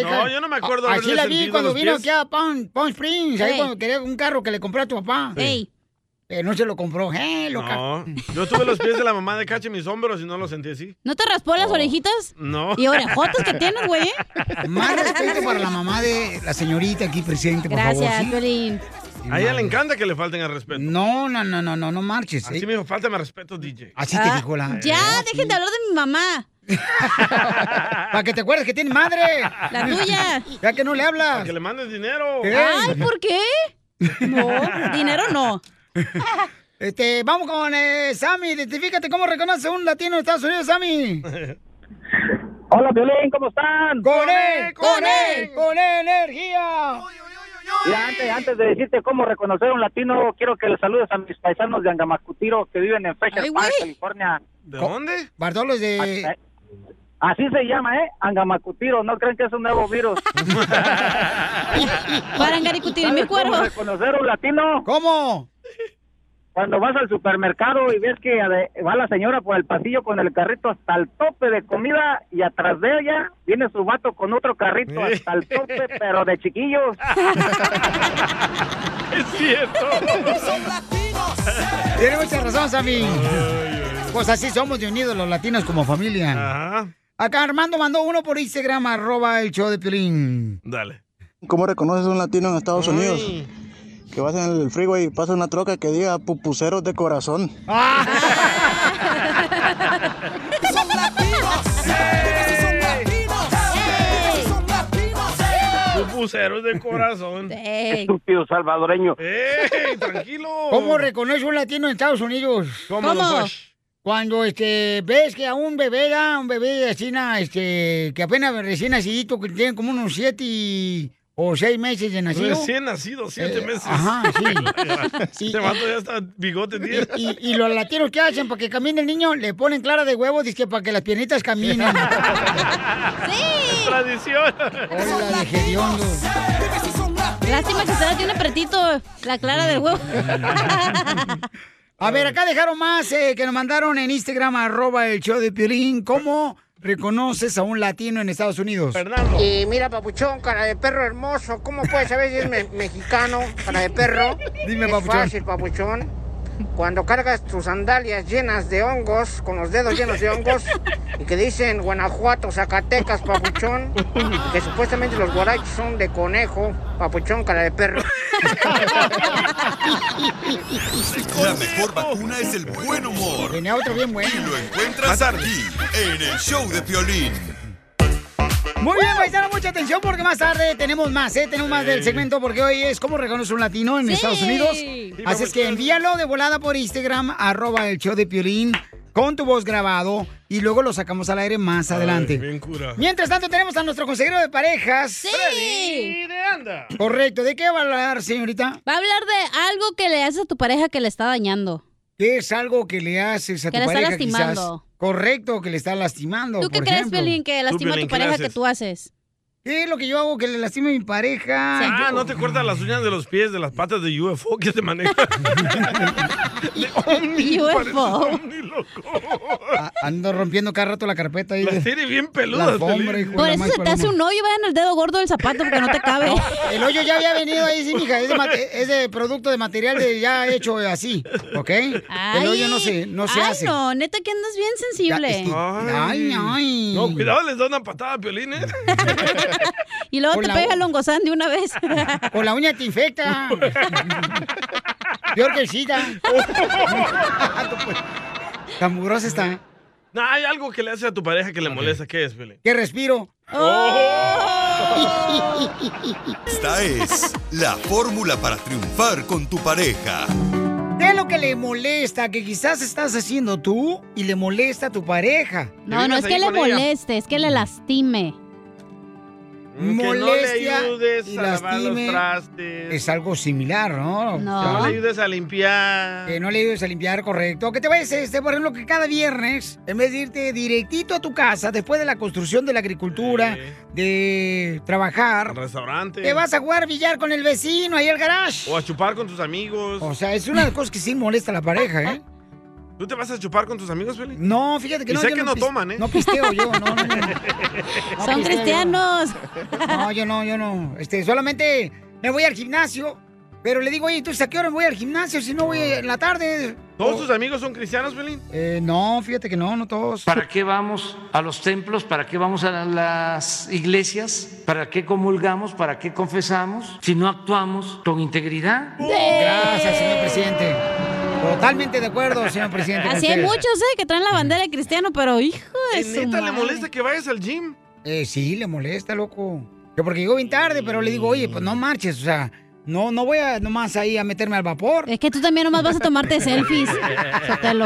S2: No, yo no me acuerdo
S3: Así
S2: haberle
S3: la vi
S2: sentido
S3: cuando
S2: los
S3: vino
S2: pies.
S3: aquí a Palm, Palm Springs, ahí
S2: Ey.
S3: cuando quería un carro que le compré a tu papá.
S2: Ey.
S3: Eh, no se lo compró, eh, loca.
S2: No. Yo tuve los pies de la mamá de Cacha en mis hombros y no los sentí así.
S4: ¿No te raspó las orejitas?
S2: No.
S4: Y orejotas que tienes, güey. eh?
S3: Más respeto para la mamá de la señorita aquí presente, por
S4: Gracias,
S3: favor. ¿sí?
S4: Piolín.
S2: A ella le encanta que le falten al respeto.
S3: No, no, no, no, no, no marches.
S1: ¿eh?
S2: Así me dijo, faltame al respeto, DJ.
S3: Así te dijo la.
S4: Ah, Ya, dejen de hablar de mi mamá.
S3: Para que te acuerdes que tiene madre.
S4: La
S3: [laughs]
S4: tuya.
S3: Ya que no le hablas.
S2: Para que le mandes dinero.
S3: Eh.
S4: Ay, ¿por qué? No, dinero no.
S3: Este, vamos con eh, Sammy. Identifícate cómo reconoce un latino en Estados Unidos, Sammy.
S2: [laughs]
S13: Hola, Violín, ¿cómo están?
S3: ¡Con él! ¡Con él! ¡Con energía!
S13: Mira, antes, antes de decirte cómo reconocer a un latino, quiero que le saludes a mis paisanos de Angamacutiro que viven en Fisher Park, California.
S2: ¿De dónde?
S3: Bardolos de...
S13: Así se llama, ¿eh? Angamacutiro. No creen que es un nuevo virus.
S4: [laughs] Para engaricutir mi
S13: ¿Sabes
S4: cuervo.
S13: ¿Cómo reconocer a un latino?
S3: ¿Cómo?
S13: Cuando vas al supermercado y ves que ade- va la señora por el pasillo con el carrito hasta el tope de comida y atrás de ella viene su vato con otro carrito
S3: Eh.
S13: hasta
S2: [laughs]
S13: el tope, pero
S4: [laughs]
S13: de chiquillos.
S2: Es cierto.
S3: Tiene mucha razón, Sammy.
S1: Pues así somos de unidos los latinos como familia. Acá Armando mandó uno por Instagram, arroba el show de Piolín.
S2: Dale.
S21: ¿Cómo reconoces a un latino en Estados Unidos? Que vas en el freeway y pasa una troca que diga pupuseros de corazón.
S9: [laughs] Son latinos. Porque sí son latinos. Porque sí son latinos.
S2: Pupuseros de corazón.
S13: Estúpido salvadoreño.
S2: ¡Ey, tranquilo!
S1: ¿Cómo reconoce un latino en Estados Unidos?
S2: ¿Cómo, don ¿Cómo? Posh?
S1: Cuando este, ves que a un bebé da, un bebé de China, este, que apenas recién nacidito, que tiene como unos siete y- o seis meses de nacido.
S2: Recién nacido, siete
S1: Eh,
S2: meses.
S1: Ajá,
S2: [laughs]
S1: eh,
S2: sí. Te mato ya hasta bigote tiene.
S1: Y, y los latinos que hacen para que camine el niño, le ponen clara de huevo, dice que para que las piernitas caminen.
S2: ¡Sí! Tradición.
S1: Hola, de hediondo.
S4: [laughs] Lástima que se la tiene pretito la
S1: [laughs]
S4: clara del huevo.
S1: A ver, acá dejaron más eh, que nos mandaron en Instagram, arroba el show de Piolín. ¿Cómo reconoces a un latino en Estados Unidos?
S3: Y mira, papuchón, cara de perro hermoso, ¿cómo puedes saber si
S5: [laughs]
S3: es me- mexicano, cara de perro?
S1: Dime,
S3: es
S1: papuchón.
S3: fácil, papuchón. Cuando cargas tus sandalias llenas de hongos, con los dedos llenos de hongos, y que dicen Guanajuato, Zacatecas, papuchón, y que supuestamente los guarachos son de conejo, papuchón, cara de perro.
S6: [laughs] La mejor vacuna es el buen humor.
S1: Tenía otro bien bueno.
S6: Y lo encuentras aquí, en el show de Piolín.
S1: Muy bien, paisano, mucha atención porque más tarde tenemos más, ¿eh? Tenemos más
S6: Sí.
S1: del segmento porque hoy es cómo reconoce un latino en
S6: Sí.
S1: Estados Unidos.
S6: Sí,
S1: Así es que envíalo de volada por Instagram, arroba el show de Piolín, con tu voz grabado y luego lo sacamos al aire más adelante.
S2: Bien cura.
S1: Mientras tanto, tenemos a nuestro consejero de parejas.
S4: Sí.
S1: Correcto, ¿de qué va a hablar, señorita?
S4: Va a hablar de algo que le haces a tu pareja que le está dañando.
S1: ¿Qué es algo que le haces a
S4: Que
S1: tu
S4: le está
S1: pareja
S4: lastimando.
S1: quizás? Correcto, que le está lastimando.
S4: ¿Tú qué
S1: por
S4: crees,
S1: ejemplo.
S4: Pelín, que lastima a tu pareja que tú haces?
S1: ¿Qué es lo que yo hago que le lastime a mi pareja?
S2: Ah,
S1: Yo-
S2: no te cortas las uñas de los pies, de las patas de UFO que te maneja. De
S4: [laughs]
S2: ovni,
S1: UFO.
S2: [laughs] pareces ovni, loco.
S1: Ando rompiendo cada rato la carpeta ahí.
S2: Las
S1: de-
S2: tiene bien peludas,
S1: La alfombra,
S2: Pelín.
S1: hijo de
S4: Por
S1: la
S4: eso
S1: mal
S4: se te hace
S1: paloma.
S4: un hoyo, vaya en el dedo gordo del zapato porque no te
S1: [laughs]
S4: cabe.
S1: El hoyo ya había venido ahí, sí, mija. Es de, mate- es de producto de material de ya hecho así, ¿ok?
S4: Ay.
S1: el hoyo no se, no se
S4: Ay,
S1: hace.
S4: no, neta que andas bien sensible.
S1: [laughs] Ay, ay.
S2: No, cuidado, les da una patada a Piolín, ¿eh?
S4: Y luego
S2: Con
S4: te
S2: la
S4: pega
S2: u-
S4: el hongozán de una vez.
S1: [laughs] Con la uña
S4: [laughs]
S1: te infecta. Peor que el SIDA. Tan mugrosa está.
S2: No, pues, hay algo que le hace a tu pareja que le molesta. ¿Qué es, Piolín? ¡Oh!
S1: Que respiro. [laughs]
S6: Esta es la fórmula para triunfar con tu pareja.
S1: ¿Qué es lo que le molesta? Que quizás estás haciendo tú y le molesta a tu pareja.
S4: No, no es que le moleste, es que le lastime.
S1: Molestia
S2: que no le ayudes
S1: y
S2: a lavar los
S1: lastime.
S2: trastes.
S1: Es algo similar, ¿no?
S2: Que no le ayudes a limpiar.
S1: Que no le ayudes a limpiar, correcto. Que te vayas, este, por ejemplo, que cada viernes, en vez de irte directito a tu casa, después de la construcción de la agricultura, de trabajar,
S2: Al restaurante.
S1: te vas a jugar billar con el vecino ahí al garage.
S2: O a chupar con tus amigos.
S1: O sea, es una de las cosas que sí molesta a la
S2: [laughs]
S1: pareja, ¿eh?
S2: ¿Tú te vas a chupar con tus amigos, Piolín?
S1: No, fíjate que
S2: Y
S1: no.
S2: sé
S1: yo
S2: que no
S1: pis-
S2: toman, ¿eh?
S1: No pisteo yo, no, no, no. No
S4: Son
S1: pisteo yo.
S4: cristianos.
S1: No, yo no, yo no. Este, solamente me voy al gimnasio, pero le digo, oye, ¿tú a qué hora voy al gimnasio? Si no voy en la tarde.
S2: [laughs] ¿Todos
S1: O-
S2: tus amigos son cristianos, Piolín?
S1: Eh, no, fíjate que no, no todos.
S5: ¿Para qué vamos a los templos? ¿Para qué vamos a las iglesias? ¿Para qué comulgamos? ¿Para qué confesamos? Si no actuamos con integridad.
S1: Gracias, señor presidente. Totalmente de acuerdo, señor presidente. con
S4: Así hay
S1: usted.
S4: muchos, ¿eh? Que traen la bandera de cristiano, pero hijo de su
S1: neta le
S4: madre.
S1: molesta
S2: que vayas al gym?
S1: Eh, sí, le molesta, loco. Yo porque llego bien tarde, pero le digo, oye, pues no marches, o sea, no, no voy a nomás ahí a meterme al vapor.
S4: Es que tú también nomás vas a tomarte selfies. Sotelo.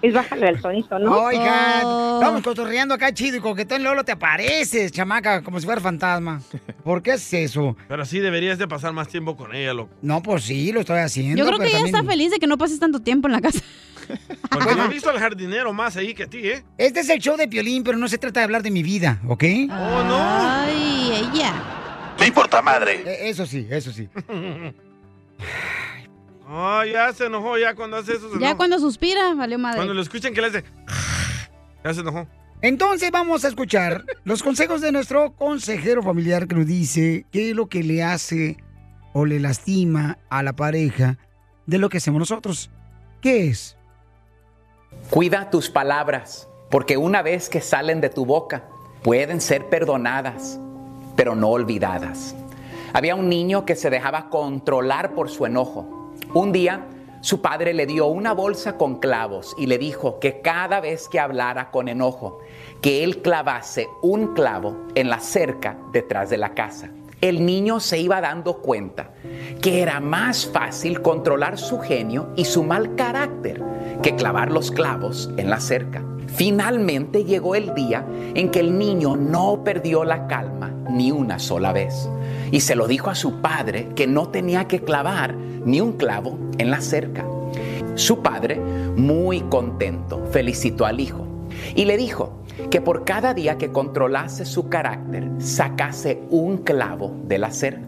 S1: Es bájale al tonito,
S4: ¿no?
S1: Oiga,
S4: Oh.
S1: estamos cotorreando acá chido y coquetón, luego te apareces, chamaca, como si
S2: [laughs]
S1: fuera fantasma. ¿Por qué haces eso?
S2: Pero sí deberías de pasar más tiempo con ella, loco.
S1: No, pues sí, lo estoy haciendo.
S4: Yo creo que
S1: pero
S4: ella
S1: también-
S4: está feliz de que no pases tanto tiempo en la casa.
S2: Porque yo he visto al jardinero más ahí que a ti, ¿eh?
S1: Este es el show de Piolín, pero no se trata de hablar de mi vida, ¿ok?
S2: ¡Oh, no!
S4: ¡Ay, ella!
S2: ¡No importa, madre!
S1: Eh, Eso sí, eso sí.
S2: Oh, ya se enojó, ya cuando hace eso se
S4: Ya
S2: enoja.
S4: cuando suspira, valió
S2: Cuando
S4: madre.
S2: lo escuchen que le hace... Ya se enojó.
S1: Entonces vamos a escuchar los consejos de nuestro consejero familiar que nos dice qué es lo que le hace o le lastima a la pareja de lo que hacemos nosotros. ¿Qué es?
S22: Cuida tus palabras, porque una vez que salen de tu boca, pueden ser perdonadas, pero no olvidadas. Había un niño que se dejaba controlar por su enojo. Un día, su padre le dio una bolsa con clavos y le dijo que cada vez que hablara con enojo, que él clavase un clavo en la cerca detrás de la casa. El niño se iba dando cuenta que era más fácil controlar su genio y su mal carácter que clavar los clavos en la cerca. Finalmente llegó el día en que el niño no perdió la calma ni una sola vez y se lo dijo a su padre que no tenía que clavar ni un clavo en la cerca. Su padre, muy contento, felicitó al hijo y le dijo que por cada día que controlase su carácter, sacase un clavo de la cerca.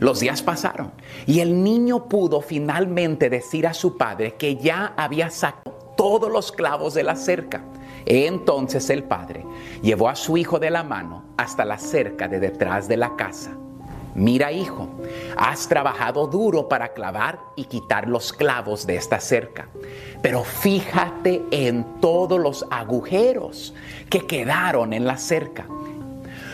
S22: Los días pasaron y el niño pudo finalmente decir a su padre que ya había sacado todos los clavos de la cerca. Entonces el padre llevó a su hijo de la mano hasta la cerca de detrás de la casa. Mira hijo, has trabajado duro para clavar y quitar los clavos de esta cerca, pero fíjate en todos los agujeros que quedaron en la cerca.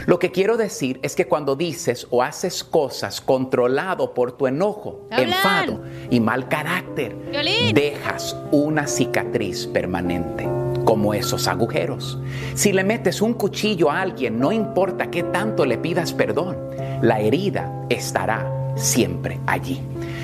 S22: Lo que quiero decir es que cuando dices o haces cosas controlado por tu enojo,
S3: Hablan.
S22: enfado y mal carácter,
S3: Violín.
S22: dejas una cicatriz permanente, como esos agujeros. Si le metes un cuchillo a alguien, no importa qué tanto le pidas perdón, la herida estará siempre allí.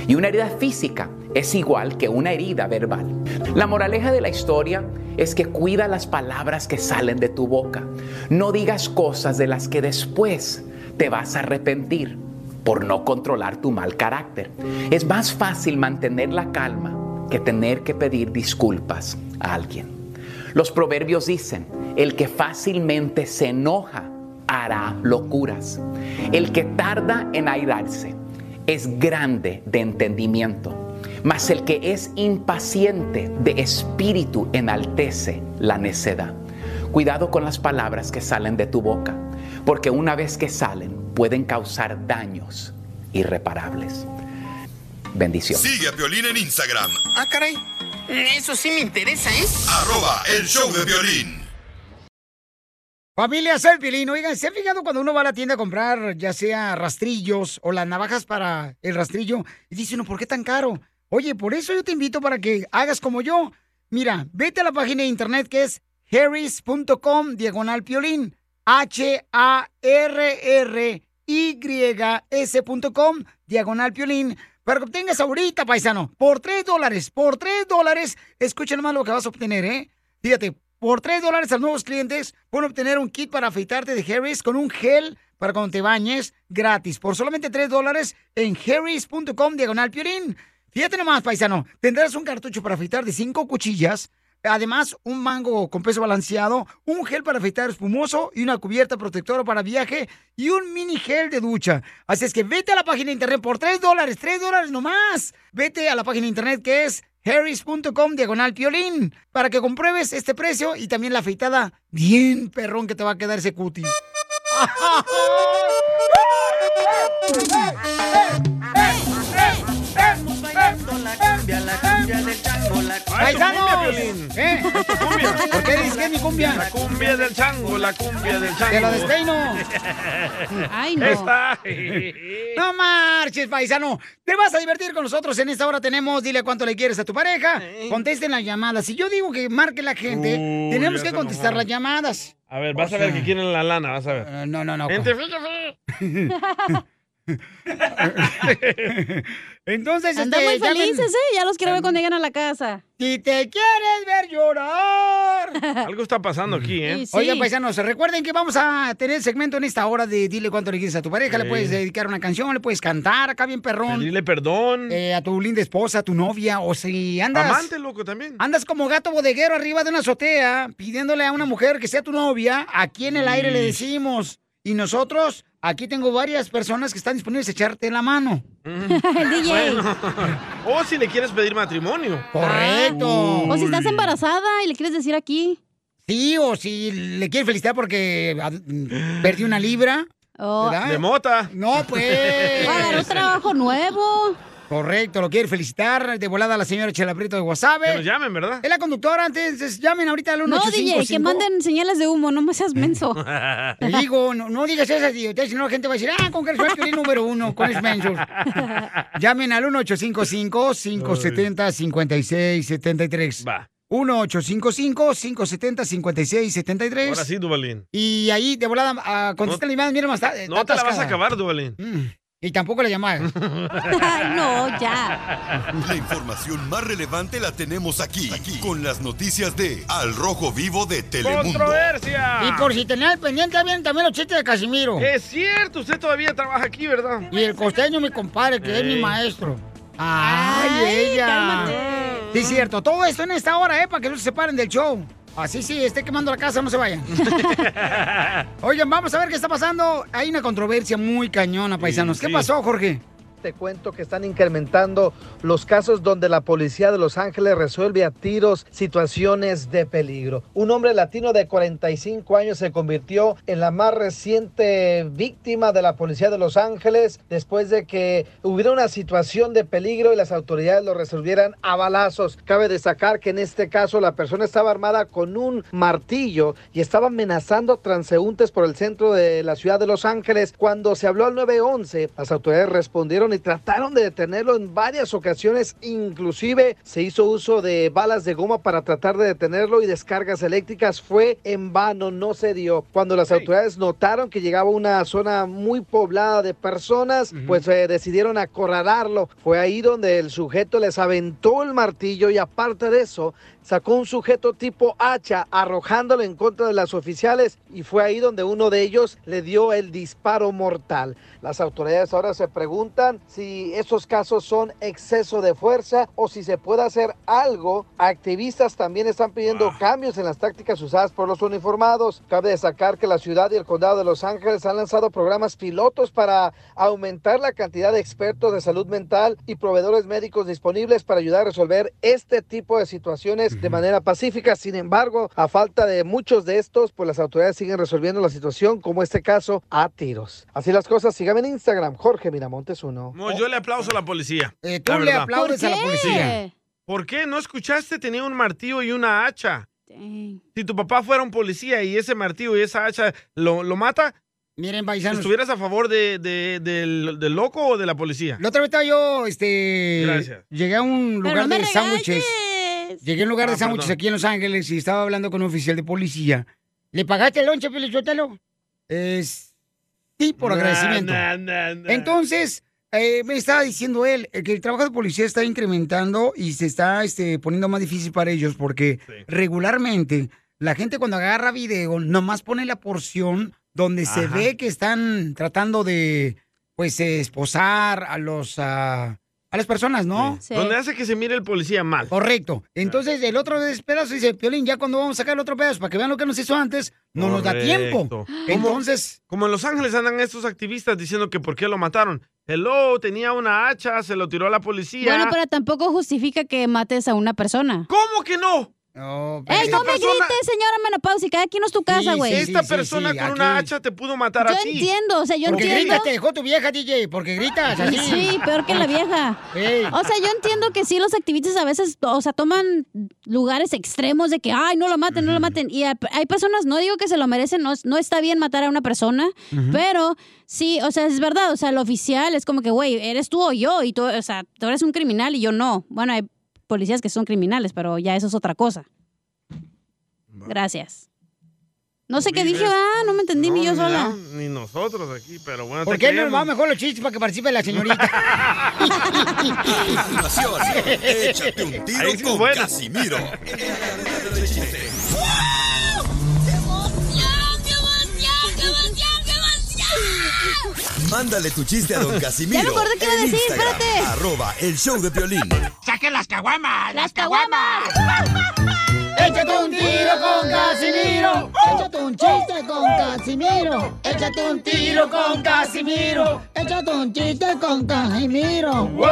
S22: Y una herida física es igual que una herida verbal. La moraleja de la historia es que cuida las palabras que salen de tu boca. No digas cosas de las que después te vas a arrepentir por no controlar tu mal carácter. Es más fácil mantener la calma que tener que pedir disculpas a alguien. Los proverbios dicen, el que fácilmente se enoja hará locuras. El que tarda en airarse es grande de entendimiento, mas el que es impaciente de espíritu enaltece la necedad. Cuidado con las palabras que salen de tu boca, porque una vez que salen pueden causar daños irreparables. Bendición.
S6: Sigue a Violín en Instagram,
S8: Ah, caray. Eso sí me interesa, ¿eh?
S6: arroba el show de violín.
S1: Familia Serpilín, oigan, ¿se han fijado cuando uno va a la tienda a comprar ya sea rastrillos o las navajas para el rastrillo? Y dice uno, ¿por qué tan caro? Oye, por eso yo te invito para que hagas como yo. Mira, vete a la página de internet que es harris.com diagonal piolín. H-A-R-R-Y-S.com diagonal piolín. Para que obtengas ahorita, paisano, por 3 dólares, por 3 dólares, escucha nomás lo que vas a obtener, ¿eh? Fíjate, por 3 dólares a los nuevos clientes pueden obtener un kit para afeitarte de Harris con un gel para cuando te bañes gratis. Por solamente 3 dólares en harris.com diagonal piolín. Fíjate nomás, paisano, tendrás un cartucho para afeitar de 5 cuchillas. Además, un mango con peso balanceado, un gel para afeitar espumoso y una cubierta protectora para viaje y un mini gel de ducha. Así es que vete a la página de internet por 3 dólares, 3 dólares nomás. Vete a la página de internet que es harris.com diagonal piolín para que compruebes este precio y también la afeitada bien perrón que te va a quedar ese cuti. ¡Paisanos! ¿Eh? ¿Por qué dices que es mi cumbia?
S2: La cumbia del chango, la cumbia del chango.
S1: Te lo despeino.
S2: Ay,
S1: Ay,
S2: no.
S1: no.
S2: Está.
S1: No marches, paisano. Te vas a divertir con nosotros. En esta hora tenemos, dile cuánto le quieres a tu pareja.
S2: Eh.
S1: Contesten las llamadas. Si yo digo que marque la gente,
S2: Uy,
S1: tenemos
S2: ya
S1: que
S2: se
S1: contestar
S2: enojaron. [laughs]
S1: las llamadas.
S2: A ver, vas a ver que quieren la lana, vas a ver.
S1: Eh, No, no, pues. no.
S4: [laughs]
S1: Entonces,
S3: Andan
S1: este,
S3: muy
S1: llamen-
S3: felices, ¿eh? Ya los quiero ver cuando lleguen a la casa.
S1: Si te quieres ver llorar.
S2: [laughs] Algo está pasando aquí, ¿eh?
S1: Oigan, paisanos, recuerden que vamos a tener el segmento en esta hora de Dile cuánto le quieres a tu pareja.
S2: Sí.
S1: Le puedes dedicar una canción, le puedes cantar acá bien perrón.
S2: Pedirle perdón.
S1: eh, a tu linda esposa, a tu novia, o si andas.
S2: Amante, loco, también.
S1: Andas como gato bodeguero arriba de una azotea pidiéndole a una mujer que sea tu novia. Aquí en el aire le
S2: Ish.
S1: decimos. Y nosotros, aquí tengo varias personas que están disponibles a echarte la mano.
S3: El DJ.
S2: Bueno. o si le quieres pedir matrimonio.
S1: Correcto.
S3: O si estás embarazada y le quieres decir aquí.
S1: Sí, o si le quieres felicitar porque ah, mm, perdí una libra.
S3: Oh.
S2: Ah.
S1: ¿verdad?
S2: De mota.
S1: No, pues.
S3: O agarró trabajo nuevo. Correcto, lo quiere felicitar de volada a la señora Chela Prieto de Guasave.
S2: Que nos llamen, ¿verdad?
S3: Es la conductora, antes llamen ahorita al 1
S4: No, DJ, que manden señales de humo, no me seas menso.
S3: [laughs] Te digo, no, no digas esas idioteces, si no la gente va a decir, ah, con que eres el número uno, con
S2: [laughs]
S3: es menso. Llamen al 1-855-570-5673. Va. 1-855-570-5673.
S2: Ahora sí, Dubalín.
S3: Y ahí, de volada, ah, contéstale más, mira más tarde.
S2: No te la vas a acabar, Dubalín.
S3: Y tampoco la llamada.
S4: Ay, no, ya.
S6: La información más relevante la tenemos aquí, aquí, con las noticias de Al Rojo Vivo de Telemundo.
S3: Y por si tenía el pendiente, también, también los chistes de Casimiro.
S2: Es cierto, usted todavía trabaja aquí, ¿verdad?
S3: Y el costeño, mi compadre, que es mi
S2: Ey.
S3: maestro. ¡Ay, ella! Sí, es cierto. Todo esto en esta hora, ¿eh? Para que no se separen del show. Así sí, esté quemando la casa, no se
S2: [laughs]
S3: vayan. Oigan, vamos a ver qué está pasando. Hay una controversia muy cañona, paisanos. ¿Qué
S7: sí.
S3: pasó, Jorge?
S7: Te cuento que están incrementando los casos donde la policía de Los Ángeles resuelve a tiros situaciones de peligro. Un hombre latino de 45 años se convirtió en la más reciente víctima de la policía de Los Ángeles después de que hubiera una situación de peligro y las autoridades lo resolvieran a balazos. Cabe destacar que en este caso la persona estaba armada con un martillo y estaba amenazando transeúntes por el centro de la ciudad de Los Ángeles. Cuando se habló al 911, las autoridades respondieron y trataron de detenerlo en varias ocasiones. Inclusive se hizo uso de balas de goma para tratar de detenerlo y descargas eléctricas. Fue en vano, no se dio. Cuando las autoridades notaron que llegaba a una zona muy poblada de personas, pues eh, decidieron acorralarlo. Fue ahí donde el sujeto les aventó el martillo y aparte de eso, sacó un sujeto tipo hacha arrojándolo en contra de las oficiales y fue ahí donde uno de ellos le dio el disparo mortal. Las autoridades ahora se preguntan si esos casos son exceso de fuerza o si se puede hacer algo. Activistas también están pidiendo cambios en las tácticas usadas por los uniformados. Cabe destacar que la ciudad y el condado de Los Ángeles han lanzado programas pilotos para aumentar la cantidad de expertos de salud mental y proveedores médicos disponibles para ayudar a resolver este tipo de situaciones de manera pacífica. Sin embargo, a falta de muchos de estos, pues las autoridades siguen resolviendo la situación, como este caso, a tiros. Así las cosas, síganme en Instagram, Jorge Miramontes 1.
S1: Oh.
S2: No, yo le aplauso a la policía.
S3: tú
S1: Eh,
S2: la
S3: le
S2: verdad.
S3: aplaudes ¿Por a la qué? policía.
S2: ¿Por qué? ¿No escuchaste? Tenía un martillo y una hacha. Si tu papá fuera un policía y ese martillo y esa hacha lo, lo mata,
S3: Miren, paisanos.
S2: ¿estuvieras a favor de- de- del, del loco o de la policía?
S3: La otra vez estaba yo, este.
S2: Gracias.
S3: Llegué a un
S2: Pero no
S3: lugar
S2: me
S3: de sándwiches. Llegué a un lugar
S2: Ah,
S3: de sándwiches
S2: perdón.
S3: aquí en Los Ángeles y estaba hablando con un oficial de policía. ¿Le pagaste el lonche, Pelichotelo? Es. Sí, por
S2: Nah,
S3: agradecimiento.
S2: nah, nah, nah.
S3: Entonces, eh, me estaba diciendo él eh, que el trabajo de policía está incrementando y se está este, poniendo más difícil para ellos porque regularmente la gente cuando agarra video nomás pone la porción donde se
S9: Ajá.
S3: ve que están tratando de pues eh, esposar a los ah, a las personas, ¿no?
S2: Sí. Donde hace que se mire el policía mal.
S3: Correcto. Entonces, el otro pedazo dice, Piolín, ya cuando vamos a sacar el otro pedazo para que vean lo que nos hizo antes, no nos da tiempo.
S2: Correcto. ¿Cómo?
S3: Entonces,
S2: Como en Los Ángeles andan estos activistas diciendo que por qué lo mataron. Hello, tenía una hacha, se lo tiró a la policía.
S4: Bueno, pero tampoco justifica que mates a una persona.
S2: ¿Cómo que no?
S4: ¡Ey,
S2: Esta
S4: no me
S2: persona-
S4: grites, señora menopausia! Cada quien es tu casa, güey.
S2: Esta persona con una hacha te pudo matar
S4: Yo
S2: a ti.
S4: entiendo, o sea, yo
S3: porque
S4: entiendo.
S3: gritas te dejó tu vieja, DJ, porque gritas así.
S4: Sí, peor que la vieja.
S3: Ey.
S4: O sea, yo entiendo que sí, los activistas a veces, o sea, toman lugares extremos de que, ay, no lo maten, no lo maten. Y a- hay personas, no digo que se lo merecen, no, es- no está bien matar a una persona,
S10: Ujú.
S4: pero sí, o sea, es verdad, o sea, el oficial es como que, güey, eres tú o yo, y tú, o sea, tú eres un criminal y yo no. Bueno, hay policías que son criminales, pero ya eso es otra cosa. Gracias. No sé qué
S2: Vives-
S4: dije, ah, no me entendí ni yo sola.
S2: no, Ni nosotros aquí, pero bueno,
S3: ¿Por
S2: te
S3: qué no nos
S2: creemos.
S3: vamos mejor los chistes para que participe la señorita?
S6: Información, échate un tiro
S2: Ahí sí
S6: con
S2: buena.
S6: Casimiro. Mándale tu chiste
S9: [laughs]
S6: a don Casimiro.
S9: Ya me acordé qué iba a
S6: en
S9: decir,
S6: Instagram,
S9: espérate.
S6: Arroba el show de violín.
S9: ¡Saquen las caguamas! ¡Las caguamas! [laughs] ¡Échate un tiro con Casimiro! ¡Échate un chiste con Casimiro! ¡Échate un tiro con Casimiro! ¡Échate un chiste con Casimiro!
S3: [laughs]
S9: ¡Wow!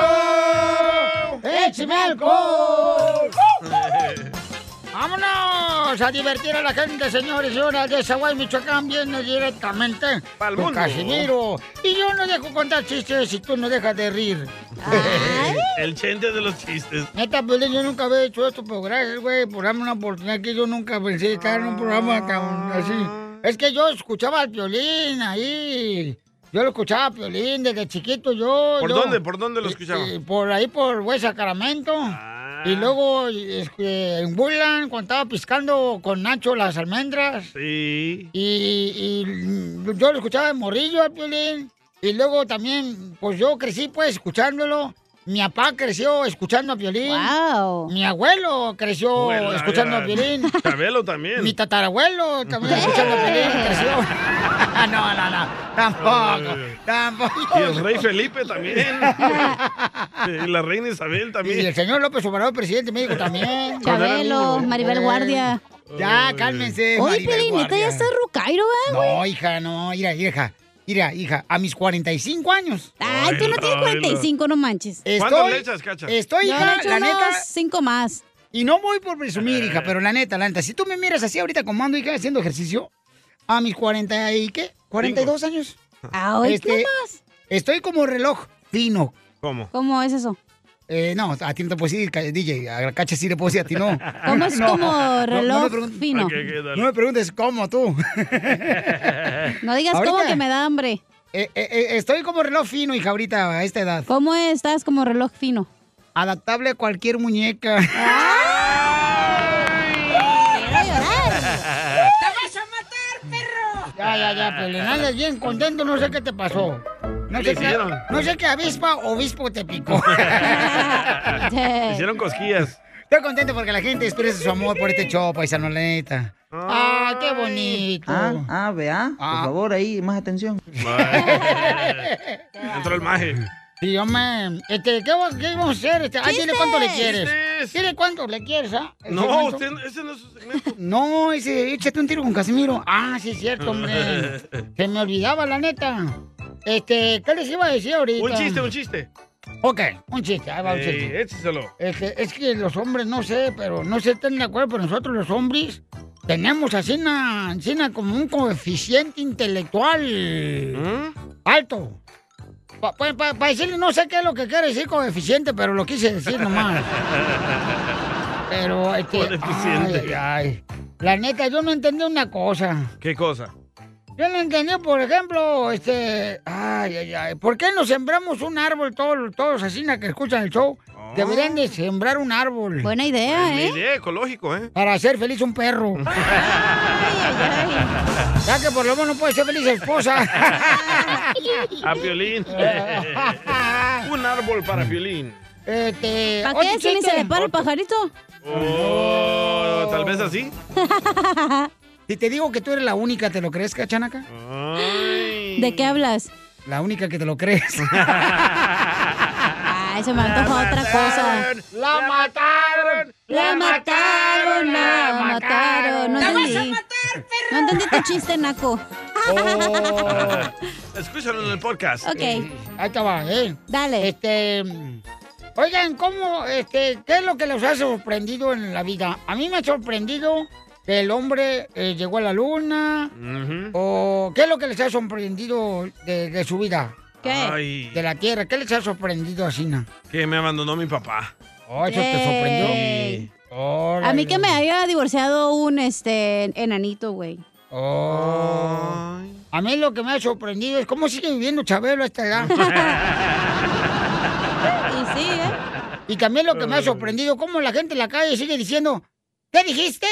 S9: ¡Échame alcohol!
S3: ¡Vámonos a divertir a la gente, señores y señoras de Zaguay, Michoacán! Viene directamente al
S9: mundo.
S3: Casimiro. Y yo no dejo contar chistes si tú no dejas de rir.
S2: El chente de los chistes.
S3: Neta, Piolín, yo nunca había hecho esto, pero gracias, güey, por darme una oportunidad que yo nunca pensé estar en un programa tan así. Es que yo escuchaba al Piolín ahí. Yo lo escuchaba a Piolín desde chiquito, yo.
S2: ¿Por
S3: yo-
S2: dónde? ¿Por dónde lo escuchaba?
S3: eh, por ahí, por Güey Sacramento.
S2: Ah.
S3: Y luego este, en Woodland, cuando estaba piscando con Nacho las almendras.
S2: Sí.
S3: Y, y, mm, yo lo escuchaba en Morrillo al Piolín. Y luego también, pues yo crecí pues escuchándolo. Mi papá creció escuchando a Piolín. Mi abuelo creció
S2: Bueno,
S3: escuchando
S2: ya,
S3: a Piolín.
S2: Chabelo también.
S3: Mi tatarabuelo también
S2: [laughs]
S3: [laughs] escuchando a Piolín creció. no, no, no. Tampoco. [laughs] Tampoco.
S2: Y el rey Felipe
S3: [laughs]
S2: también. y la reina Isabel también.
S3: Y el señor López Obrador, presidente de México también.
S4: Chabelo, Maribel
S3: Eh,
S4: Guardia.
S3: Ya, cálmense.
S4: Oye,
S3: Maribel
S4: Piolín, neta,
S3: Guardia.
S4: ya estás rucairo, ¿eh, güey?
S3: No, hija, no, mira, hija. Mira, hija, a mis 45 años.
S4: Ay, tú no tienes 45, no manches.
S3: Estoy- Estoy,
S4: Yo
S3: hija,
S4: le echo
S3: la
S4: unos
S3: neta.
S4: cinco más.
S3: Y no voy por presumir,
S2: Eh.
S3: hija, pero la neta, la neta. Si tú me miras así ahorita como ando, hija, haciendo ejercicio, a mis 40 y qué, 42 años.
S4: Ay, Ah, ¿qué más?
S3: este, Estoy como reloj fino.
S2: ¿Cómo?
S4: ¿Cómo es eso?
S3: Eh, no, a ti no te puedo decir, ca- DJ, a la cacha sí le puedo decir, a ti [laughs] no.
S4: [laughs] ¿Cómo es como reloj
S3: me pregun-
S4: fino? Ok,
S2: ok, dale.
S3: no me preguntes cómo tú.
S4: No digas cómo que me da hambre.
S3: Eh, estoy como reloj fino, hija, ahorita, a esta edad.
S4: ¿Cómo estás como reloj fino?
S3: Adaptable a cualquier muñeca.
S4: ¡Ah!
S9: [laughs] vas
S4: a
S9: matar, perro!
S3: [laughs] Ya, ya, ya, Piolín, andas bien contento, no sé qué te pasó. No
S2: ¿Qué
S3: sé
S2: le
S3: qué,
S2: hicieron?
S3: no sé qué avispa o obispo te picó.
S2: [laughs] Te Hicieron cosquillas.
S3: Estoy contento porque la gente expresa su amor por este show, paisano, la neta. ¡Ah, qué bonito!
S10: Ah, ah, vea.
S3: Ah.
S10: Por favor, ahí, más atención.
S2: Entró el maje.
S3: Sí, hombre. Este, ¿qué, va- qué vamos a hacer? Este, ay, dile cuánto le quieres. Dile cuánto le quieres, ¿ah?
S2: No,
S3: ¿Cuánto?
S2: usted, ese no es su segmento.
S3: No, ese, échate un tiro con Casimiro. [laughs] Ah, sí, es
S2: [laughs]
S3: cierto, hombre. Se me olvidaba, la neta. Este, ¿qué les iba a decir ahorita?
S2: Un chiste, Eh. un chiste.
S3: Ok, un chiste, ahí va un chiste.
S2: Ey, écheselo.
S3: Este, es que los hombres, no sé, pero no se están de acuerdo, pero nosotros los hombres tenemos así una, así una como un coeficiente intelectual
S2: ¿Mm?
S3: alto. Para decirle, no sé qué es lo que quiere decir coeficiente, pero lo quise decir
S2: [laughs]
S3: nomás. Pero, este, ay,
S2: Coeficiente.
S3: ay, ay. la neta, yo no entendí una cosa.
S2: ¿Qué cosa?
S3: Yo no entendí, por ejemplo, este, ay, ay, ay, ¿por qué no sembramos un árbol todos, todos así, na, que escuchan el show? Deberían de sembrar un árbol.
S4: Buena ¿eh?
S2: Mi idea ecológico,
S3: [laughs]
S2: ¿eh?
S3: Para hacer feliz un perro. Ya que por lo menos no puede ser feliz esposa.
S2: A
S3: [laughs]
S2: violín. un árbol para violín.
S3: Este,
S4: [laughs] ¿Para
S3: otro
S4: qué? ¿Si ni
S3: chiste.
S4: se le para el pajarito?
S2: Oh, tal vez
S3: [laughs]
S2: así.
S3: Si te digo que tú eres la única, ¿te lo crees, cachanaca?
S4: ¿De qué hablas?
S3: La única que te lo crees.
S4: Ay, se me antoja otra cosa.
S3: ¡La mataron!
S4: ¡La mataron! ¡La mataron! No
S9: ¡La vas a
S4: entendí. No entendí tu chiste, Naco.
S2: Oh. Escúchalo en el podcast.
S4: Ok.
S3: Ahí te va, ¿eh?
S4: Dale.
S3: Este. Oigan, ¿cómo, este, qué es lo que los ha sorprendido en la vida? A mí me ha sorprendido que el hombre eh, llegó a la luna. ¿O qué es lo que les ha sorprendido de, de su vida?
S4: ¿Qué?
S2: Ay.
S3: De la tierra. ¿Qué les ha sorprendido a Sina?
S2: Que me abandonó mi papá.
S3: Oh, eso te sorprendió.
S4: Ey.
S3: Órale.
S4: A mí que me haya divorciado un este enanito, güey.
S3: Oh. A mí lo que me ha sorprendido es cómo sigue viviendo Chabelo a esta edad.
S4: y sí, ¿eh?
S3: Y también lo que me ha sorprendido, cómo la gente en la calle sigue diciendo, ¿qué dijiste?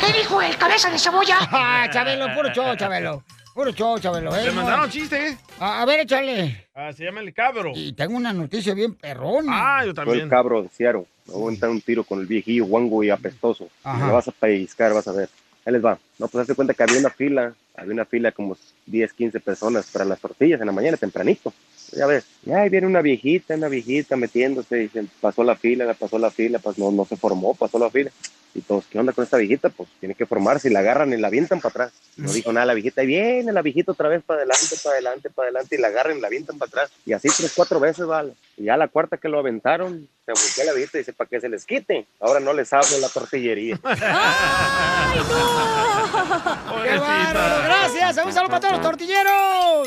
S3: ¿Qué dijo el cabeza de cebolla? [laughs] Ah, Chabelo, puro show, Chabelo. Puro show, Chabelo. ¿eh?
S2: Le
S3: No.
S2: mandaron chiste, ¿eh?
S3: A, a ver, échale.
S2: Ah, se llama el cabro.
S3: Y tengo una noticia bien perrona.
S2: Ah, yo
S11: Fue el cabro de Ciaro. Me voy a entrar un tiro con el viejillo, guango y apestoso.
S3: Ajá.
S11: Lo vas a pellizcar, vas a ver. Ahí les va. No, pues hazte cuenta que había una fila, había una fila como 10, 15 personas para las tortillas en la mañana, tempranito. Ya ves, ya ahí viene una viejita, una viejita metiéndose, y se pasó la fila, la pasó la fila, pues no, no se formó, pasó la fila. Y todos, ¿qué onda con esta viejita? Pues tiene que formarse y la agarran y la avientan para atrás. No dijo nada la viejita, y viene la viejita otra vez para adelante, para adelante, para adelante, y la agarran y la avientan para atrás. Y así tres, cuatro veces, vale. Y ya la cuarta que lo aventaron, se volteó la viejita y dice, para que se les quite. Ahora no les hablo la tortillería.
S2: [laughs]
S3: ¡Qué bárbaro! ¡Gracias! ¡Un saludo para todos los tortilleros!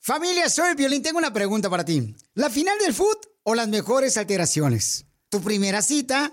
S1: Familia, soy Violín. Tengo una pregunta para ti. ¿La final del foot o las mejores alteraciones? ¿Tu primera cita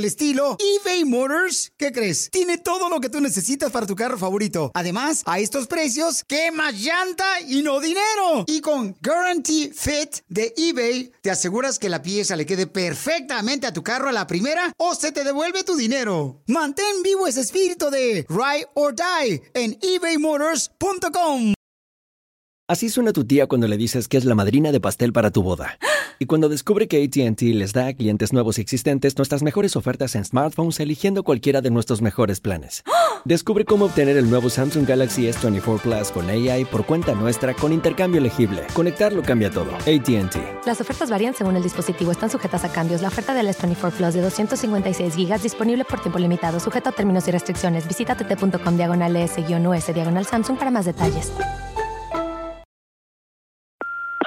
S1: el estilo, eBay Motors, ¿qué crees? Tiene todo lo que tú necesitas para tu carro favorito. Además, a estos precios, ¿qué más llanta y no dinero? Y con Guarantee Fit de eBay, te aseguras que la pieza le quede perfectamente a tu carro a la primera o se te devuelve tu dinero. Mantén vivo ese espíritu de Ride or Die en ebaymotors.com.
S17: Así suena tu tía cuando le dices que es la madrina de pastel para tu boda. Y cuando descubre que ATT les da a clientes nuevos y existentes nuestras mejores ofertas en smartphones eligiendo cualquiera de nuestros mejores planes. Descubre cómo obtener el nuevo Samsung Galaxy S24 Plus con AI por cuenta nuestra con intercambio elegible. Conectarlo cambia todo. ATT.
S23: Las ofertas varían según el dispositivo. Están sujetas a cambios. La oferta del S24 Plus de 256 GB disponible por tiempo limitado, sujeto a términos y restricciones. Visita tt.com diagonal e S-US diagonal Samsung para más detalles.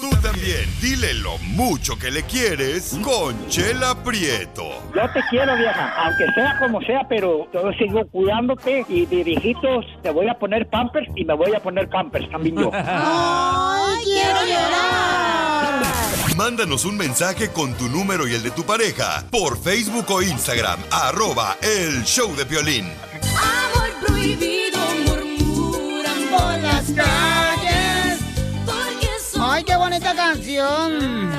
S6: Tú también, dile lo mucho que le quieres con Chela Prieto.
S9: [laughs]
S24: Yo te quiero, vieja, aunque sea como sea, pero yo sigo cuidándote y de viejitos te voy a poner pampers y me voy a poner pampers también yo.
S6: ¡Ay, quiero llorar! Mándanos un mensaje con tu número y el de tu pareja por Facebook o Instagram, arroba el show de violín.
S9: Amor prohibido murmuran por las calles. Porque
S3: ¡Ay, qué bonita canción!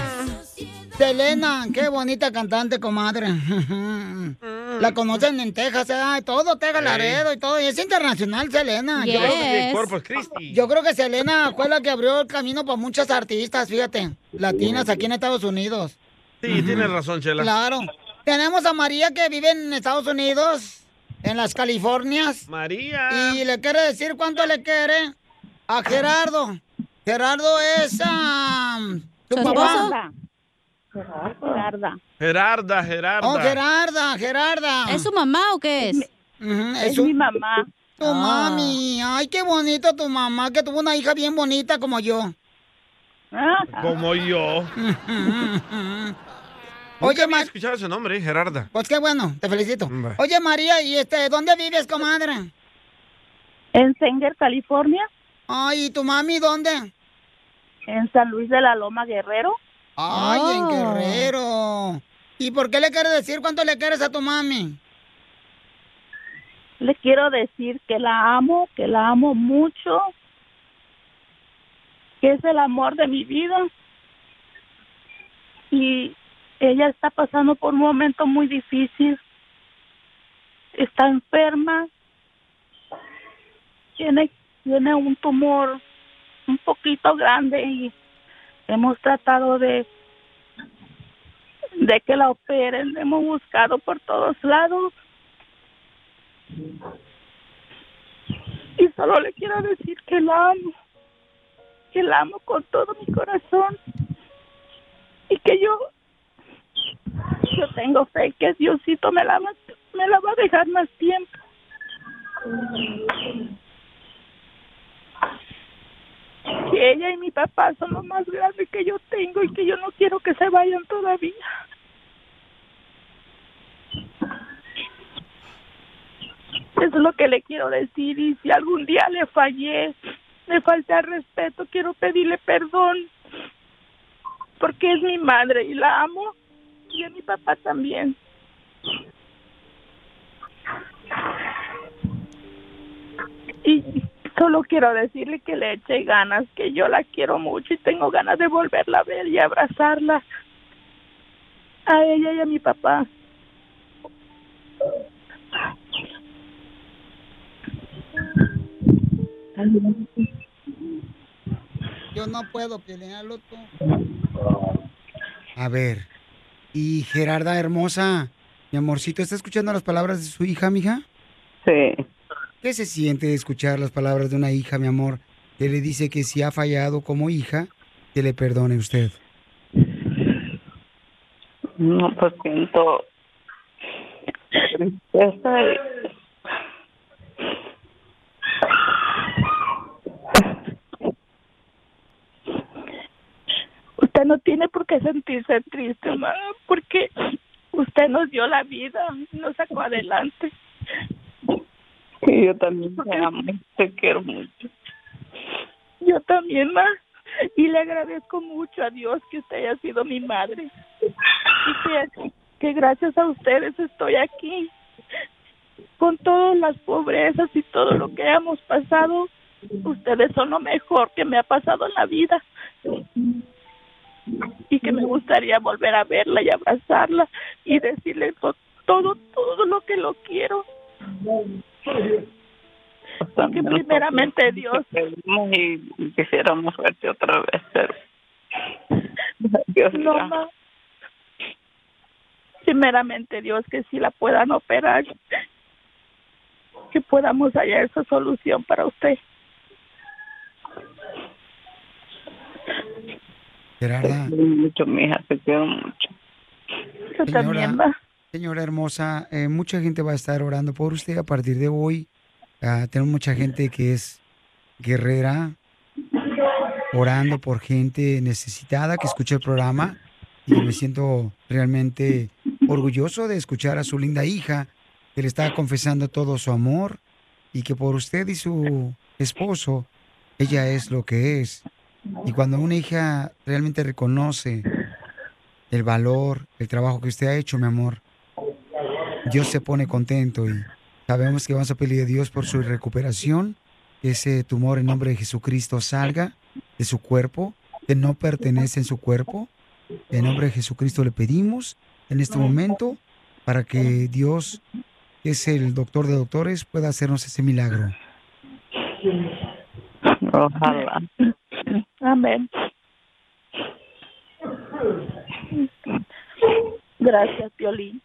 S3: De Elena, qué bonita cantante, comadre. [laughs] La conocen en Texas, ¿eh? todo Texas
S2: Sí.
S3: Laredo y todo. Y es internacional,
S4: Ah,
S3: Selena.
S2: Yo creo que Corpus Christi.
S3: Yo creo que Selena fue la que abrió el camino para muchas artistas, fíjate, latinas aquí en Estados Unidos.
S2: Sí, tienes razón, Chela.
S3: Claro. Tenemos a María que vive en Estados Unidos, en las Californias.
S2: María.
S3: Y le quiere decir cuánto le quiere a Gerardo. Gerardo es ah, tu
S14: ¿Su
S3: papá.
S14: Gerarda.
S2: Gerarda, Gerarda.
S3: Oh, Gerarda, Gerarda. ¿Es su mamá o qué es?
S14: es mi mamá.
S3: Tu
S14: Ah.
S3: mami. Ay, qué bonito tu mamá, que tuvo una hija bien bonita como yo.
S14: Ah.
S2: Como
S3: [laughs]
S2: yo.
S3: Oye,
S2: Oye, más. escuchado ese nombre, eh, Gerarda.
S3: Pues qué bueno, te felicito. Oye, María, ¿y este, dónde vives, comadre?
S14: En Sanger, California.
S3: Ay, ¿y tu mami dónde?
S14: En San Luis de la Loma Guerrero.
S3: Ay, en Guerrero. ¿Y por qué le quieres decir cuánto le quieres a tu mami?
S14: Le quiero decir que la amo, que la amo mucho, que es el amor de mi vida. Y ella está pasando por un momento muy difícil. Está enferma. Tiene, tiene un tumor un poquito grande y hemos tratado de de que la operen. Hemos buscado por todos lados. Y solo le quiero decir que la amo. Que la amo con todo mi corazón. Y que yo, yo tengo fe que Diosito me la, va- [laughs] me la va a dejar más tiempo. que ella y mi papá son lo más grande que yo tengo y que yo no quiero que se vayan todavía. Eso es lo que le quiero decir y si algún día le fallé, le falté al respeto, quiero pedirle perdón porque es mi madre y la amo y a mi papá también. Y solo quiero decirle que le eche ganas, que yo la quiero mucho y tengo ganas de volverla a ver y abrazarla a ella y a mi papá.
S3: Yo no puedo pelearlo tú.
S1: A ver. Y Gerarda, hermosa, mi amorcito, ¿está escuchando las palabras de su hija, mija?
S25: Sí.
S1: ¿Qué se siente escuchar las palabras de una hija, mi amor, que le dice que si ha fallado como hija, que le perdone usted?
S25: No, pues siento tristeza y...
S14: Usted no tiene por qué sentirse triste, mamá, porque usted nos dio la vida, nos sacó adelante.
S25: Y yo también te amo, te quiero mucho.
S14: Yo también, ma. Y le agradezco mucho a Dios que usted haya sido mi madre. Y que, que gracias a ustedes estoy aquí. Con todas las pobrezas y todo lo que hemos pasado, ustedes son lo mejor que me ha pasado en la vida. Y que me gustaría volver a verla y abrazarla y decirle to- todo, todo lo que lo quiero.
S25: Porque
S14: primeramente Dios.
S25: Y quisiéramos verte otra vez, pero... Dios
S14: No,
S25: mío.
S14: ma. Primeramente, Dios, que sí la puedan operar. Que podamos hallar esa solución para usted.
S1: Gerarda.
S25: mucho, mija, te quiero mucho.
S14: Yo
S25: también,
S1: Señora hermosa, eh, mucha gente va a estar orando por usted a partir de hoy. Ah, tenemos mucha gente que es guerrera, orando por gente necesitada que escucha el programa. Y me siento realmente orgulloso de escuchar a su linda hija, que le está confesando todo su amor y que por usted y su esposo, ella es lo que es. Y cuando una hija realmente reconoce el valor, el trabajo que usted ha hecho, mi amor, Dios se pone contento y sabemos que vamos a pedir a Dios por su recuperación, que ese tumor en nombre de Jesucristo salga de su cuerpo, que no pertenece en su cuerpo. En nombre de Jesucristo le pedimos en este momento para que Dios, que es el doctor de doctores, pueda hacernos ese milagro.
S25: Ojalá.
S14: Amén. Gracias, Piolín.